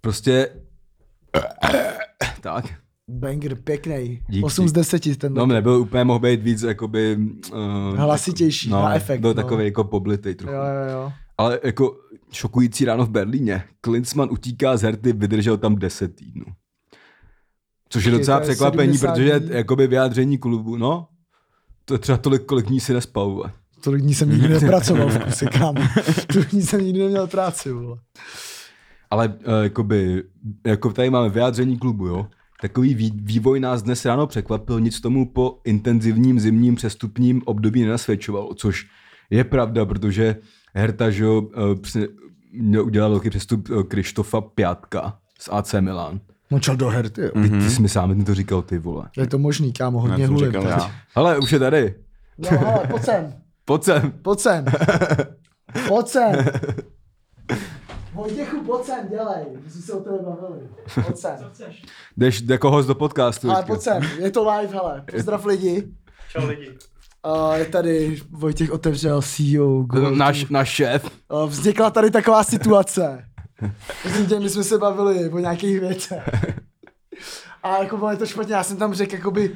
B: prostě... tak.
A: Banger, pěkný.
B: Dík,
A: 8 z 10 ten.
B: No, nebyl úplně, mohl být víc, jakoby... Uh,
A: Hlasitější, na efekt,
B: Byl
A: no.
B: takový jako poblitej trochu.
A: Jo, jo, jo.
B: Ale jako šokující ráno v Berlíně. Klinsmann utíká z Herty, vydržel tam 10 týdnů. Což je
A: Počkej,
B: docela
A: to je
B: překvapení,
A: 70
B: protože
A: dní.
B: jakoby vyjádření klubu, no, to je třeba tolik, kolik ní si nespal. vole.
A: Tolik dní jsem nikdy nepracoval v kuse,
B: [laughs]
A: kámo. Tolik dní jsem nikdy neměl práci, vole.
B: Ale eh, jakoby, jako tady máme vyjádření klubu, jo. Takový vý- vývoj nás dnes ráno překvapil, nic tomu po intenzivním zimním přestupním období nenasvědčovalo, což je pravda, protože Herta, že jo, eh, při- měl- udělal velký přestup eh, Krištofa Pjátka z AC Milan.
A: Močal No do herty, jo.
H: Mhm.
B: Ty, ty jsi mi sám to říkal, ty vole.
A: Je to možný, kámo,
C: Já
A: hodně
C: jsem
A: hulím.
C: říkal
A: teď.
C: já.
B: Ale už je tady.
A: No, hele, pojď sem,
B: Pojď sem.
A: pojď
B: [laughs]
A: sem. Pojď sem. Vojtěchu, pojď sem, dělej. My jsme se o tebe bavili. Pojď sem.
B: Jdeš jako host do podcastu.
A: Ale
B: teďka.
A: pojď sem, je to live, hele. Pozdrav lidi. Čau lidi. A je tady Vojtěch otevřel CEO. Gold.
B: Ehm, Náš, náš šéf.
A: A Vznikla tady taková situace. Prosím tě, my jsme se bavili o nějakých věcech. A jako bylo to špatně, já jsem tam řekl, jakoby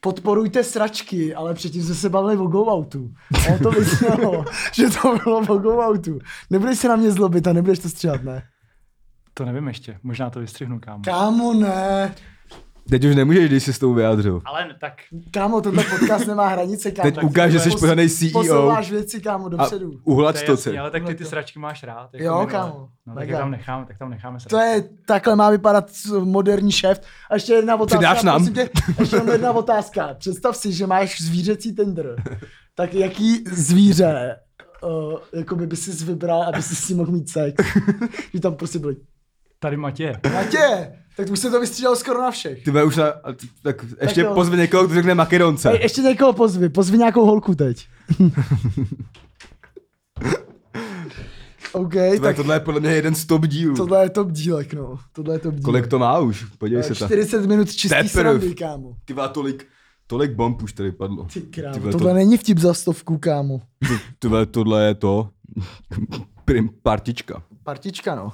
A: podporujte sračky, ale předtím jsme se bavili o go-outu. A on to vyznělo, že to bylo o go-outu. Nebudeš se na mě zlobit a nebudeš to stříhat, ne?
H: To nevím ještě, možná to vystřihnu, kámo.
A: Kámo, ne.
B: Teď už nemůžeš, když jsi s tou vyjádřil.
H: Ale ne, tak
A: Kámo, tenhle podcast nemá hranice, kámo.
B: Teď ukáž, že jsi
A: Pos-
B: pořádnej CEO.
A: Posouváš věci, kámo,
B: A
A: dopředu.
H: to
B: uhlaď
H: je
B: to, to
H: jasný, ale tak ty ty sračky máš rád. Jako
A: Jo,
H: my,
A: kámo,
H: vole. No tak
A: mega.
H: je tam necháme, tak tam necháme sračky.
A: To je, takhle má vypadat moderní šéf. A ještě jedna otázka.
B: Přidáš nám?
A: prosím Tě, ještě jenom jedna otázka. Představ si, že máš zvířecí tender. Tak jaký zvíře uh, jako by si vybral, aby si s ním mohl mít sex? Že tam prostě byli.
H: Tady Matěj.
A: Matě, tak už se to vystřídalo skoro na všech.
B: Ty vole, už na, a ty- tak ještě
A: jo.
B: tak pozvi někoho, kdo řekne Makedonce.
A: Ej, ještě někoho pozvi, pozvi nějakou holku
B: [laughs]
A: teď. OK,
B: Tvoje,
A: tak
B: tohle je podle mě jeden z top dílů.
A: tohle je top dílek, no. Tohle je top dílek.
B: Kolik to má už? Podívej se tam.
A: 40 minut čistý
B: Teprv.
A: srandy, kámo.
B: Ty vole, tolik, tolik bomb už tady padlo.
A: Ty krávo,
B: Ty vole,
A: tohle
B: to-
A: není vtip za stovku, kámo.
B: Ty vole, tohle je to. [laughs] Prim partička.
A: Partička, no.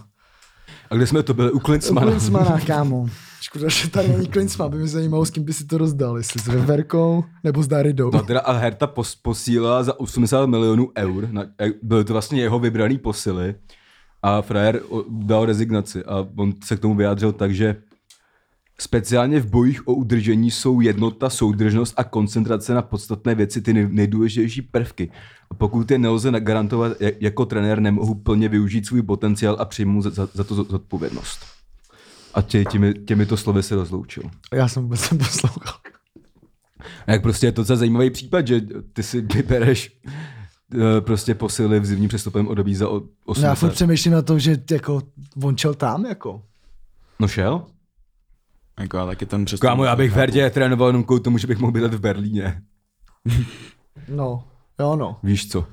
B: A kde jsme to byli? U Klinsmana.
A: Klinsmana, kámo. [laughs] Škoda, že tady není Klinsman, by mě zajímalo, s kým by si to rozdal, jestli s Veverkou nebo s Daridou.
B: No teda a Herta pos, posílá za 80 milionů eur, na, e- byly to vlastně jeho vybraný posily a frajer o- dal rezignaci a on se k tomu vyjádřil tak, že speciálně v bojích o udržení jsou jednota, soudržnost a koncentrace na podstatné věci ty nej- nejdůležitější prvky. A pokud je nelze na- garantovat, ja- jako trenér nemohu plně využít svůj potenciál a přijmu za, za, za to z- zodpovědnost. A tě, těmi, těmito slovy se rozloučil.
A: Já jsem vůbec neposlouchal.
B: A Jak prostě je to docela zajímavý případ, že ty si vybereš eh, prostě posily v zimním přestupem období za o-
A: No, já furt
B: 80.
A: přemýšlím na to, že jako on čel tam, jako.
B: No šel?
C: Jako já taky ten přestup.
B: Kámo, já bych v Herdě trénoval jenom kvůli tomu, že bych mohl bydlet v Berlíně.
A: No, jo no.
B: Víš co?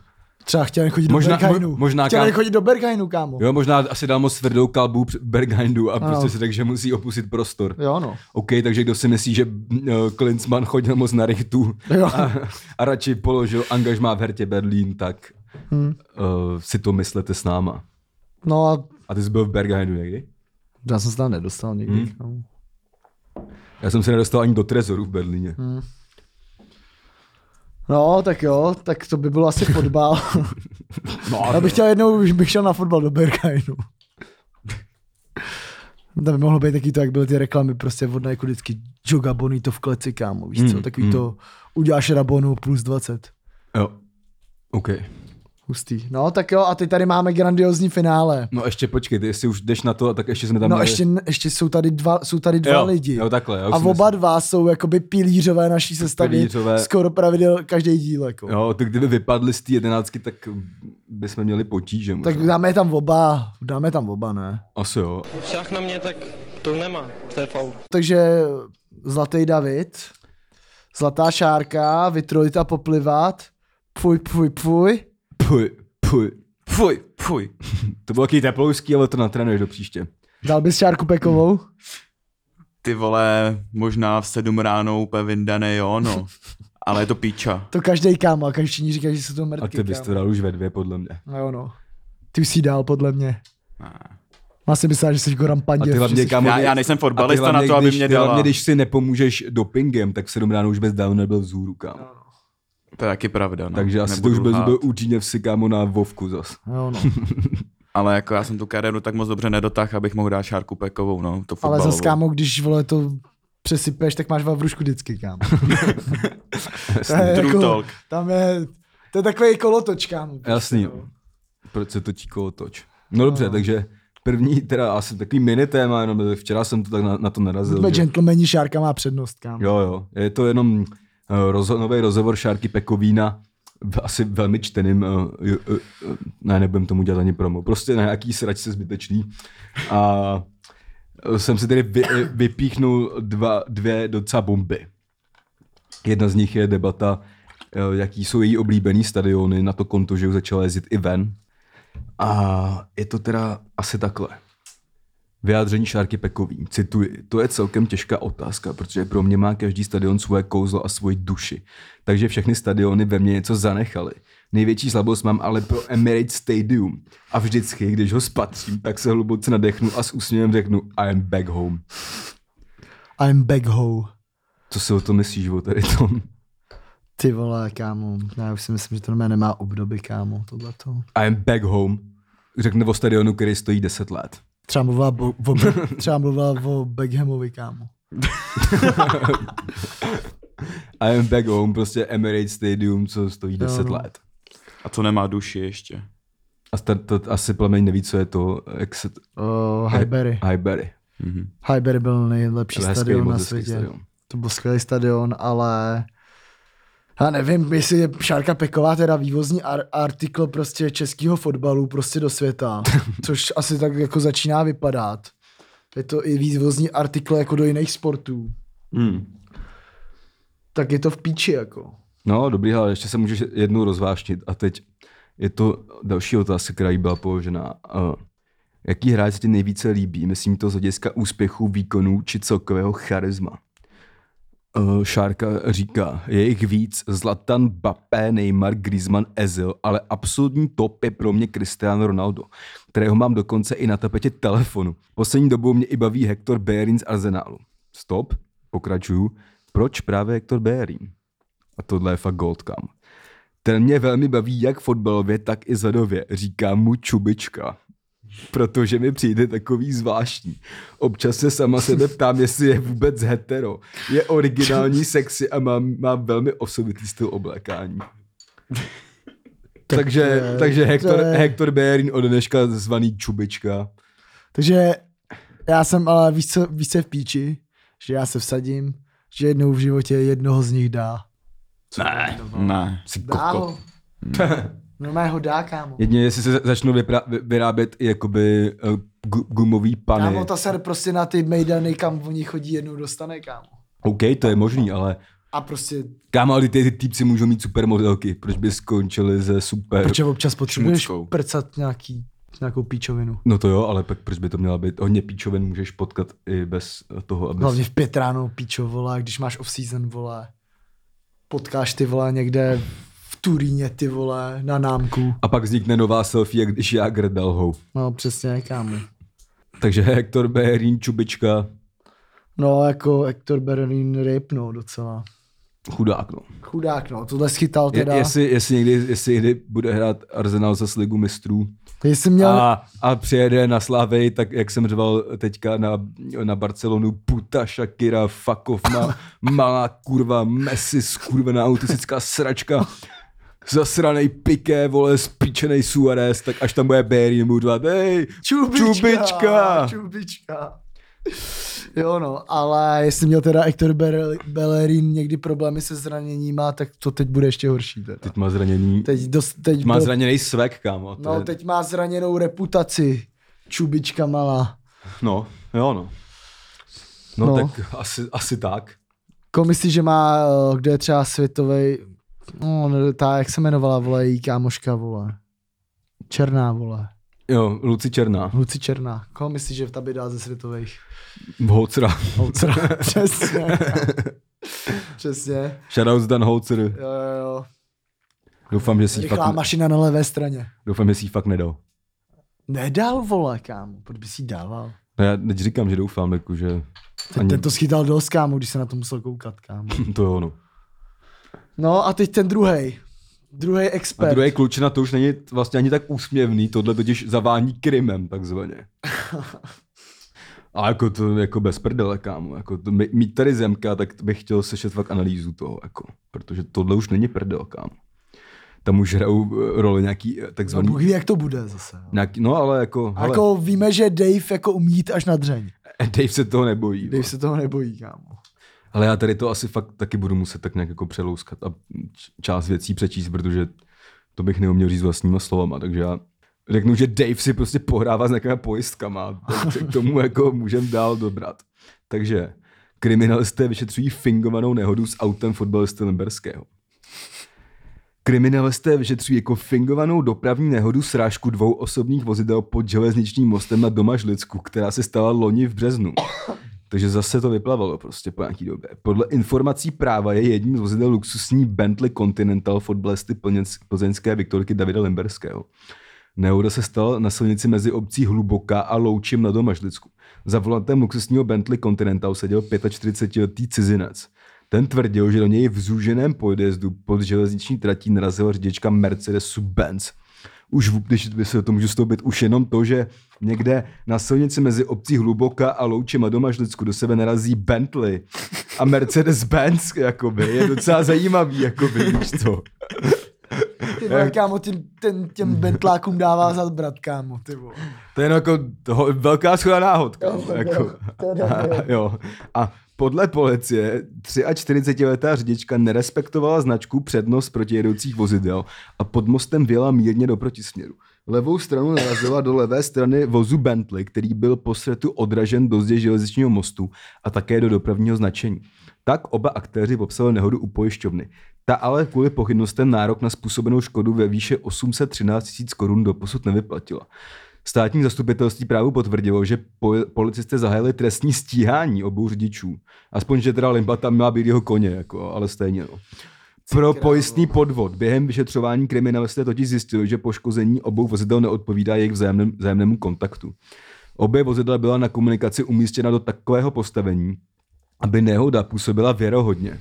A: Třeba chtěl jen chodit
B: Možná-
A: do Berghainu.
B: mo- možná
A: chtěl
B: kam-
A: jen chodit do Berghainu, kámo. Jo,
B: Jo, možná asi dám moc tvrdou kalbu př- Berghaindu a prostě
A: Ano.
B: si tak, že musí opustit prostor.
A: jo no.
B: OK, takže kdo si myslí, že eh, Klinsmann chodil moc na richtu
A: Jo.
B: a, a radši položil angažmá v Hertě Berlín, tak hmm. uh, si to myslete s náma.
A: No a
B: A ty jsi byl v Berghainu někdy?
A: já jsem se tam nedostal nikdy.
B: Hmm.
A: kámo.
B: Já jsem se nedostal ani do trezoru v Berlíně. Hmm.
A: No, tak jo, tak to by byl asi
B: [laughs]
A: fotbal. no, já bych chtěl jednou, už bych šel na fotbal do Berghainu. To by mohlo být taky to, jak byly ty reklamy, prostě vodné jako vždycky Joga Bonito v kleci, kámo, víš co,
B: Mm,
A: takový
B: mm.
A: to uděláš Rabonu plus 20.
B: Jo. OK.
A: Hustý. No tak jo, a teď tady máme grandiozní finále.
B: No ještě počkej, ty jestli už jdeš na to, tak ještě jsme tam
A: no
B: měli-
A: ještě, ještě jsou tady dva, jsou tady dva
B: jo,
A: lidi.
B: Jo, takhle. Já už
A: a
B: jsem
A: oba dva jsou jakoby pilířové naší sestavy.
B: Pilířové.
A: Skoro pravidel každý díl. Jako.
B: myslel- Jo, tak kdyby vypadli z té jedenáctky, tak bychom měli potíže. možná.
A: Tak dáme je tam oba, dáme tam oba, ne?
B: Asi jo.
E: Šach na mě, tak to nemá, to je faul.
A: Takže Zlatý David, Zlatá šárka, vytrojit a poplivat, pfuj, pfuj, pfuj.
B: Puj, puj, fuj, fuj. to bylo taky teplouský, ale to natrénuješ do příště.
A: Dal bys šárku pekovou?
C: Ty vole, možná v sedm ráno úplně vyndané,
B: [laughs]
C: jo, no. Ale je to píča.
A: To každý kámo, a každý všichni říká, že jsou to mrtky.
B: A ty bys
A: kámo.
B: to dal už ve dvě, podle mě.
A: No jo, no. Ty už jsi dál, podle mě. Má si myslela, že jsi Goran
B: A
A: Panděv.
B: ty
A: že
B: hlavně,
A: jsi-
B: kámo,
C: Já, já nejsem fotbalista na to, aby
B: když,
C: mě
B: ty
C: dala.
B: Hlavně, když si nepomůžeš dopingem, tak v sedm ráno už bez dávno nebyl vzhůru, kámo.
C: To je taky pravda, no.
B: Takže asi to
C: Nebudu
B: už byl,
C: lhát.
B: byl určitě v kámo, na Vovku zas.
A: Jo,
B: [laughs]
A: no.
C: Ale jako já jsem tu kariéru tak moc dobře nedotáhl, abych mohl dát šárku pekovou, no. To
A: Ale
C: fotbalovou.
A: zas, kámo, když vole to přesypeš, tak máš vavrušku vždycky,
B: [laughs]
A: kámo. to je jako-
C: True talk.
A: tam je, to je takový kolotoč, kámo.
B: Jasný. Proč se točí kolotoč? No dobře, takže první, teda asi takový mini téma, jenom že včera jsem to tak na, na to narazil.
A: Buďme
B: Že,
A: gentlemani, šárka má přednost, kámo.
B: jo, jo, je to jenom uh, rozho- nový rozhovor Šárky Pekovína v asi velmi čteným, uh, uh, uh, ne, nebudem tomu dělat ani promo, prostě na nějaký sračce zbytečný. A eh, jsem si tedy vy, vypíchnul dva, dvě docela bomby. Jedna z nich je debata, eh, jaký jsou její oblíbený stadiony na to konto, že už začala jezdit i ven. A je to teda asi takhle. Vyjádření Šárky Pekový, cituji, to je celkem těžká otázka, protože pro mě má každý stadion svoje kouzlo a svoji duši. Takže všechny stadiony ve mně něco zanechaly. Největší slabost mám ale pro Emirates Stadium. A vždycky, když ho spatřím, tak se hluboce nadechnu a s úsměvem řeknu I am back home.
A: I'm back home.
B: Co si o to myslíš o tady tom?
A: Ty vole, kámo, já už si myslím, že to normálně nemá obdoby, kámo, tohleto.
B: I am back home. Řekne o stadionu, který stojí 10 let.
A: Třeba mluvila, bo, o,
B: [laughs]
A: třeba mluvila o Beckhamovi, kámo.
B: I am back home, prostě Emirates Stadium, co stojí 10
A: no.
B: let.
C: A co nemá duši ještě.
B: A to, to asi plemeň neví, co je to, jak se...
A: Uh, Highbury.
B: Highbury.
A: Highbury byl nejlepší
B: To je hezký
A: stadion na
B: moc hezký
A: světě.
B: stadion.
A: To byl skvělý stadion, ale já nevím, jestli je Šárka Peková teda vývozní ar- artikl prostě českého fotbalu prostě do
B: [laughs]
A: světa, což asi tak jako začíná vypadat. Je to i vývozní artikl jako do jiných sportů.
B: Hmm.
A: Tak je to v píči jako.
B: No, dobrý, ale ještě se můžeš jednou rozvášnit. A teď je to další otázka, která jí byla položena. Uh, jaký hráč se ti nejvíce líbí? Myslím to z hlediska úspěchu, výkonů či celkového charisma. Uh, Šárka říká, je jich víc, Zlatan, Bappé, Neymar, Griezmann, Ezil, ale absolutní top je pro mě Cristiano Ronaldo, kterého mám dokonce i na tapetě telefonu. Poslední dobou mě i baví Hector Bellerin z Arsenálu. Stop, pokračuju. Proč právě Hector Bellerin? A tohle je fakt gold, kam. Ten mě velmi baví jak fotbalově, tak i zadově. Říká mu čubička protože mi přijde takový zvláštní. Občas se sama sebe ptám, jestli je vůbec hetero. Je
A: [laughs]
B: originální, sexy a má, má velmi osobitý styl oblékání. takže,
A: je-
B: takže
A: to
B: Hector,
A: je-
B: Hector Bejerin od dneška zvaný Čubička.
A: Takže já jsem ale víc, co, víc se v píči, že já se vsadím, že jednou v životě jednoho z nich dá.
B: Ne,
C: Ne.
B: jsi
A: Dá
B: kokot.
A: ho. No má ho dá, kámo.
B: Jedině, jestli se za- začnou vypra- vy- vyrábět i jakoby eh, gu- gumový pany.
A: Kámo, ta ser prostě na ty mejdany, kam oni chodí, jednou dostane, kámo.
B: OK, to je možný, ale
A: A prostě,
B: kámo, ale ty, ty týpci můžou mít supermodelky. Proč by skončili ze super...
A: protože občas potřebuješ
C: šmuckou.
A: prcat nějaký, nějakou píčovinu.
B: No to jo, ale pak proč by to měla být? Hodně píčovin můžeš potkat i bez toho, aby...
A: Hlavně v pět ráno píčo, vole, když máš off-season, vole. Potkáš ty, vole, někde v Turíně, ty, vole, na námku.
B: A pak vznikne nová selfie, jak když já grdal ho.
A: No, přesně, kámo.
B: Takže [laughs] Hector Beherín, Čubička,
A: No, jako Hector Berlin Rip, no, docela.
B: chudák, no.
A: Chudák, no, tohle schytal
B: Je,
A: teda.
B: jestli, jestli, někdy, jestli někdy bude hrát Arsenal zase ligu mistrů
A: jestli měl...
B: a, a přijede na Slávej, tak jak jsem řval teďka na, na Barcelonu, puta, Shakira, fakov, ma, malá kurva, Messi, skurvená autistická sračka, zasranej Piqué, vole, spíčenej Suarez, tak až tam bude Beherín, budu dělat, hej, Čubička!
A: Čubička. [laughs] Jo no, ale jestli měl teda Hector Bere- Bellerin někdy problémy se zraněníma, tak to teď bude ještě horší teda.
B: Teď má zraněný, teď
A: Teď, dost, teď
B: má
A: byl-
B: zraněný svek, kámo. to
A: No,
B: je-
A: teď má zraněnou reputaci. Čubička malá.
B: No, jo, no. No,
A: No.
B: no. tak asi, asi tak.
A: Komisi, že má, eh, kde je třeba světový, no, ne- ta, jak se jmenovala, vole, její kámoška, vole. Černá, vole.
B: Jo, Luci Černá.
A: Luci Černá. Koho myslíš, že ta by dá ze [laughs] světových?
B: Holcera.
A: Holcera. [laughs] Přesně. Přesně.
B: Shoutouts Dan Holcer.
A: Jo, jo, jo.
B: Doufám, že si ji
A: Rychlá
B: fakt,
A: mašina na levé straně.
B: doufám, že si ji fakt nedal.
A: Nedal, vole, kámo. Proč by si jí dával?
B: No já teď říkám, že doufám, jako, že
A: Ten,
B: Ani- [laughs]
A: ten to schytal dost, kámo, když se na to musel koukat, kámo.
B: to je ono.
A: No a teď ten druhý. Druhý
B: A
A: expert.
B: druhý klučina, to už není vlastně ani tak úsměvný, tohle totiž zavání krymem, takzvaně. A jako to jako bez prdele, kámo. Jako to, mít- mít tady zemka, tak bych chtěl sešet fakt analýzu toho, jako, protože tohle už není prdel, kámo. Tam už hrajou eh, roli nějaký eh,
A: No,
B: takzvaný
A: Bůh ví, jak to bude zase. jo.
B: Nějaký, no ale jako,
A: A
B: hele, jako...
A: jako víme, že Dave jako umí jít až na dřeň.
B: [laughs] Dave se toho nebojí.
A: Dave
B: Dave...
A: se toho nebojí, kámo.
B: Ale já tady to asi fakt taky budu muset tak nějak jako přelouskat a č- část věcí přečíst, protože to bych neuměl říct vlastníma slovama, takže já řeknu, že Dave si prostě pohrává s nějakýma pojistkama, takže k tomu jako můžem dál dobrat. Takže kriminalisté vyšetřují fingovanou nehodu s autem fotbalisty Limberského. Kriminalisté vyšetřují jako fingovanou dopravní nehodu srážku dvou osobních vozidel pod železničním mostem na Domažlicku, která se stala loni v březnu. Takže zase to vyplavalo prostě po nějaký době. Podle informací práva je jedním z vozidel luxusní Bentley Continental fotbalisty plněc- plzeňské Viktorky Davida Lemberského. Nehoda se stala na silnici mezi obcí Hluboká a Loučím na Domažlicku. Za volantem luxusního Bentley Continental seděl 45-letý cizinec. Ten tvrdil, že do něj v zúženém podjezdu pod železniční tratí narazila řidička Mercedesu-Benz. Už v- když by se to můžu stoupit, už jenom to, že někde na silnici mezi obcí Hluboka a Loučem a Domažlicku do sebe narazí Bentley a Mercedes-Benz, jakoby, je docela zajímavý, jakoby, víš co.
A: Ty vole, kámo, těm, ten, těm bentlákům dává zad brat, kámo, ty vole.
B: To je jenom jako toho, velká schoda náhod. kámo,
A: To je
B: Jako.
A: dobré, to je dobré.
B: [laughs] A, jo. A podle policie 43-letá řidička nerespektovala značku přednost proti jedoucích vozidel a pod mostem věla mírně do protisměru. Levou stranu narazila do levé strany vozu Bentley, který byl po světu odražen do zdi železničního mostu a také do dopravního značení. Tak oba aktéři popsali nehodu u pojišťovny. Ta ale kvůli pochybnostem nárok na způsobenou škodu ve výše 813 000 korun doposud nevyplatila. Státní zastupitelství právu potvrdilo, že po, policisté zahájili trestní stíhání obou řidičů. Aspoň, že teda Limba tam měla být jeho koně, jako, ale stejně. No. Pro pojistný podvod. Během vyšetřování kriminalisté totiž zjistili, že poškození obou vozidel neodpovídá jejich vzájemném, vzájemnému kontaktu. Obě vozidla byla na komunikaci umístěna do takového postavení, aby nehoda působila věrohodně.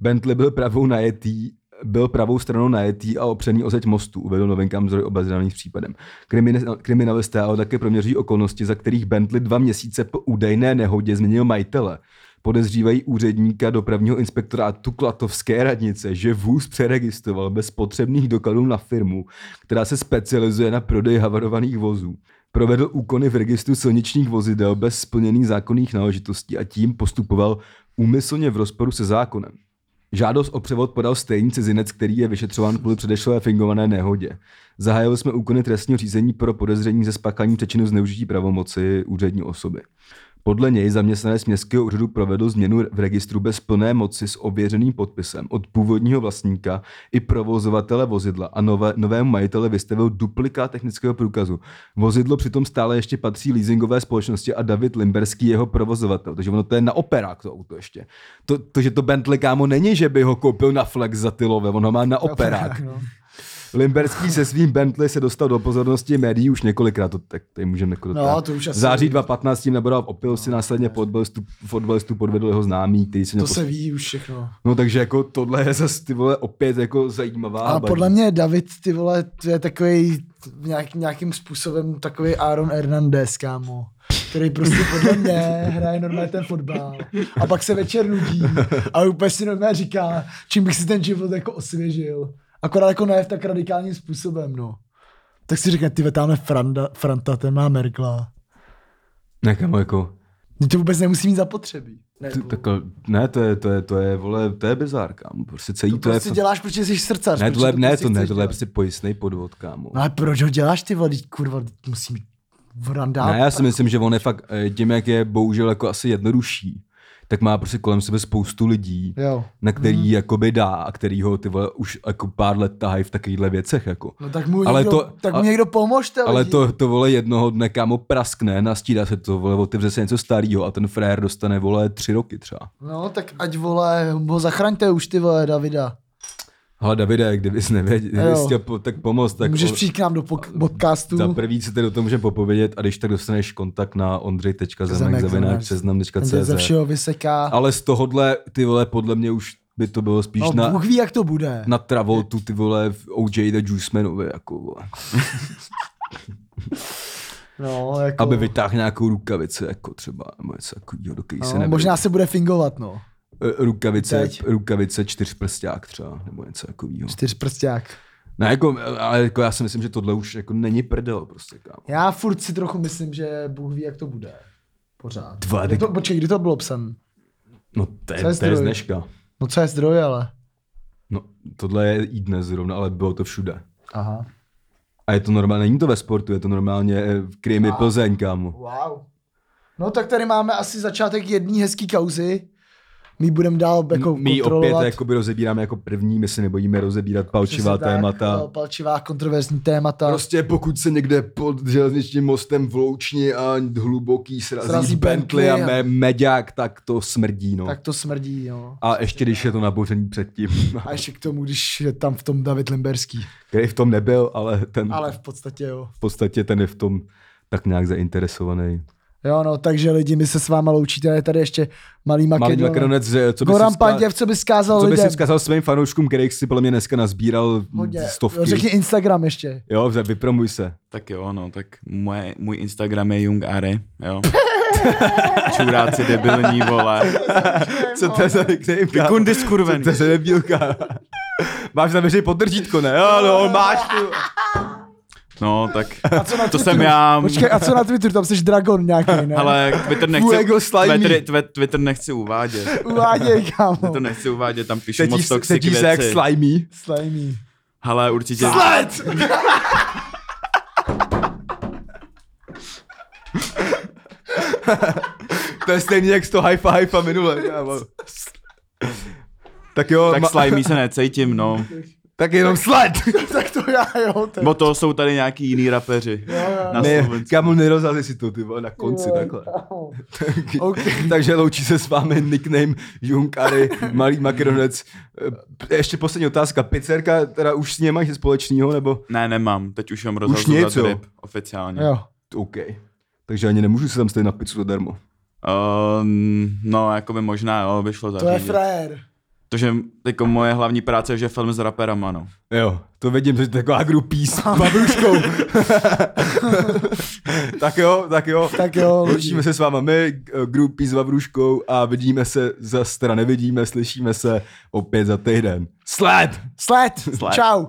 B: Bentley byl pravou najetý, byl pravou stranou najetý a opřený o zeď mostu, uvedl novinkám zdroj obezraný s případem. Krimine- Kriminalisté ale také proměří okolnosti, za kterých Bentley dva měsíce po údajné nehodě změnil majitele. Podezřívají úředníka dopravního inspektorátu Klatovské radnice, že vůz přeregistroval bez potřebných dokladů na firmu, která se specializuje na prodej havarovaných vozů. Provedl úkony v registru silničních vozidel bez splněných zákonných náležitostí a tím postupoval úmyslně v rozporu se zákonem. Žádost o převod podal stejný cizinec, který je vyšetřován kvůli předešlé fingované nehodě. Zahájili jsme úkony trestního řízení pro podezření ze spáchání přečinu zneužití pravomoci úřední osoby. Podle něj zaměstnanec městského úřadu provedl změnu v registru bez plné moci s ověřeným podpisem od původního vlastníka i provozovatele vozidla a nové, novému majiteli vystavil duplikát technického průkazu. Vozidlo přitom stále ještě patří leasingové společnosti a David Limberský je jeho provozovatel, takže ono to je na operák to auto ještě. To, to že to Bentley kámo není, že by ho koupil na flex za tylové, on ho
A: [laughs]
B: má na operák.
A: no.
B: Limberský se svým Bentley se dostal do pozornosti médií už několikrát, to, tak tady můžeme jako
A: No, to už asi-
B: Září 2015 tím nabral opil si následně fotbalistu, fotbalistu podvedl jeho známý, který se měl
A: No, To
B: post-
A: se ví už všechno.
B: No takže jako tohle je zase ty vole opět jako zajímavá.
A: Ale
B: baní.
A: podle mě David, ty vole, to je takový nějak, nějakým způsobem takový Aaron Hernandez, kámo který prostě podle mě hraje normálně ten fotbal a pak se večer nudí a úplně si normálně říká, čím bych si ten život jako osvěžil. Akorát jako ne v tak radikálním způsobem, no. Tak si říká, ty ve, tamhle Franda, Franta, ten má Merkla.
B: Ne, kamo, jako,
A: Mě to vůbec nemusí mít zapotřebí. Ne,
B: ty, tak, ne, to je, to je, to je, vole, to je bizár, kámo, prostě celý to,
A: to prostě
B: je,
A: děláš, protože jsi srdcař.
B: ne,
A: protože
B: tohle, ne,
A: prostě
B: to ne,
A: chceš
B: tohle
A: dělat.
B: je prostě pojistný podvod, kámo.
A: No ale proč ho děláš ty vole, Vždyť, kurva, vždyť musí mít vrandá.
B: Ne, já si myslím, že on je fakt, eh, tím jak je bohužel jako asi jednodušší, tak má prostě kolem sebe spoustu lidí,
A: Jo.
B: na který hmm. jakoby dá a který ho ty vole už jako pár let tahají v takovýchhle věcech jako.
A: No tak mu
B: Ale
A: někdo,
B: to-
A: tak mu
B: a-
A: někdo pomožte.
B: Ale
A: lidi.
B: to, to vole jednoho dne kámo praskne, nastídá se to vole, otevře se něco starého a ten frajer dostane vole tři roky třeba.
A: No tak ať vole, ho zachraňte už ty vole Davida.
B: Ale Davide, kdybys nevěděl,
A: Jo.
B: kdybys chtěl po, tak pomoct, tak
A: Tak Můžeš
B: o-
A: přijít k nám do pok- podcastu.
B: za prvý si tedy o tom můžeme popovědět a když tak dostaneš kontakt na
A: Zemek,
B: ondřej.zemek.cz
A: Zemek. Ten tě ze
B: seznam.cz
A: všeho vyseká.
B: Ale z tohohle ty vole podle mě už by to bylo spíš
A: no,
B: na,
A: Bůh ví, jak to bude.
B: na Travoltu ty vole v OJ the Juicemanovi jako vole.
A: No, jako,
B: Aby vytáhl nějakou rukavici, jako třeba, nebo něco takového, do který se
A: no,
B: nevědí.
A: možná se bude fingovat, no.
B: Eh, rukavice,
A: Teď.
B: rukavice čtyřprsták třeba, nebo něco takového.
A: Čtyřprsták.
B: No, jako, ale jako já si myslím, že tohle už jako není prdel, prostě kámo.
A: Já furt si trochu myslím, že Bůh ví, jak to bude. Pořád.
B: Dva,
A: Kdy
B: tak-
A: to, počkej, kdy to bylo psan?
B: No, to
A: Co
B: je,
A: je
B: to je z
A: zdroj?
B: dneška.
A: No co je zdroj, ale.
B: No, tohle je i dnes zrovna, ale bylo to všude.
A: Aha.
B: A je to normálně, není to ve sportu, je to normálně eh, v Krymy Plzeň, kámo.
A: Wow. No tak tady máme asi začátek jedné hezký kauzy. My budeme dál jako
B: M- My ji opět
A: kontrolovat.
B: jakoby rozebíráme jako první, my se nebojíme rozebírat palčivá
A: Přesně tak,
B: témata.
A: eh, Palčivá, kontroverzní témata.
B: Prostě pokud se někde pod železničním mostem v Loučni a hluboký srazí,
A: Srazí
B: srazí Bentley,
A: Bentley a-
B: Bentley a me- meďák, tak to smrdí, no.
A: Tak to smrdí, jo.
B: A ještě když je to naboření předtím, [laughs]
A: A ještě k tomu, když je tam v tom David Limberský.
B: který v tom nebyl, ale ten
A: Ale
B: ale...
A: v podstatě jo.
B: v podstatě ten je v tom tak nějak zainteresovaný.
A: Jo, no, takže lidi, my se s váma loučíte, je tady ještě malý
B: Malý
A: Makedon.
B: nakonec, že co by
A: Goran
B: si vzkaz-
A: Panděv, co by skázal
B: co by si
A: lidem?
B: vzkazal svým fanouškům, kterých si podle mě dneska nazbíral
A: Hodně.
B: stovky.
A: Jo, Řekni Instagram ještě.
B: Jo, vze- vypromuj se.
C: Tak jo, no, tak moje, můj Instagram je Jung Are,
A: [laughs]
C: jo. Čuráci debilní, vole.
A: No.
B: Co to je za nickname? kámo?
C: Kundy
B: Co to je
C: skurvený.
B: za nebílka? Máš na veřejný podržítko, ne? Jo, no, máš tu.
C: No, tak
A: Co na
C: to
A: Twitteru?
C: jsem já.
A: Počkej, a co na Twitteru? Tam jsi dragon nějaký, ne?
C: Ale Twitter nechci,
B: Fuego slimy.
C: Twitter, Twi- Twitter nechci uvádět.
A: Uváděj, kámo.
C: To nechci uvádět, tam píšu
B: Teď jí-
C: moc toxic
B: teď jí se jak
C: věci.
B: slimy.
A: Slimy.
C: Ale určitě...
B: To je stejný jak z toho high five a minule. kámo. tak jo,
C: Tak
B: ma-
C: slimy se necítím, no.
B: [laughs] tak jenom sled.
A: [laughs] tak to já, [laughs] jo. To...
C: Bo to jsou tady nějaký jiný rapeři. Na
B: ne,
C: Slovensku.
B: kamu nerozházej si to, ty vole, na konci
A: [laughs]
B: takhle. Tak,
A: Okay.
B: Takže loučí se s vámi nickname Junkary, malý makedonec. Eh, Ještě poslední otázka. Pizzerka, teda už s ní nemáš nic společného, nebo...
C: Ne, nemám. Teď už mám rozhodl
B: nic,
C: za
B: jo.
C: drip. Oficiálně.
A: Jo.
B: OK. Takže ani nemůžu se tam stejně na pizzu zadarmo.
C: Uh, no, jakoby možná, jo, by šlo
A: To je
C: zařídit.
A: frajer.
C: Protože jako moje hlavní práce je, že film s raperama, no.
B: Jo, to vidím, že to je taková grupí s
A: [laughs]
B: babuškou. tak jo, tak jo.
A: Tak jo, lidi.
B: Loučíme se s váma my, grupí s babuškou a vidíme se za strany, nevidíme, slyšíme se opět za týden. Sled!
A: Sled.
C: Sled.
A: Čau.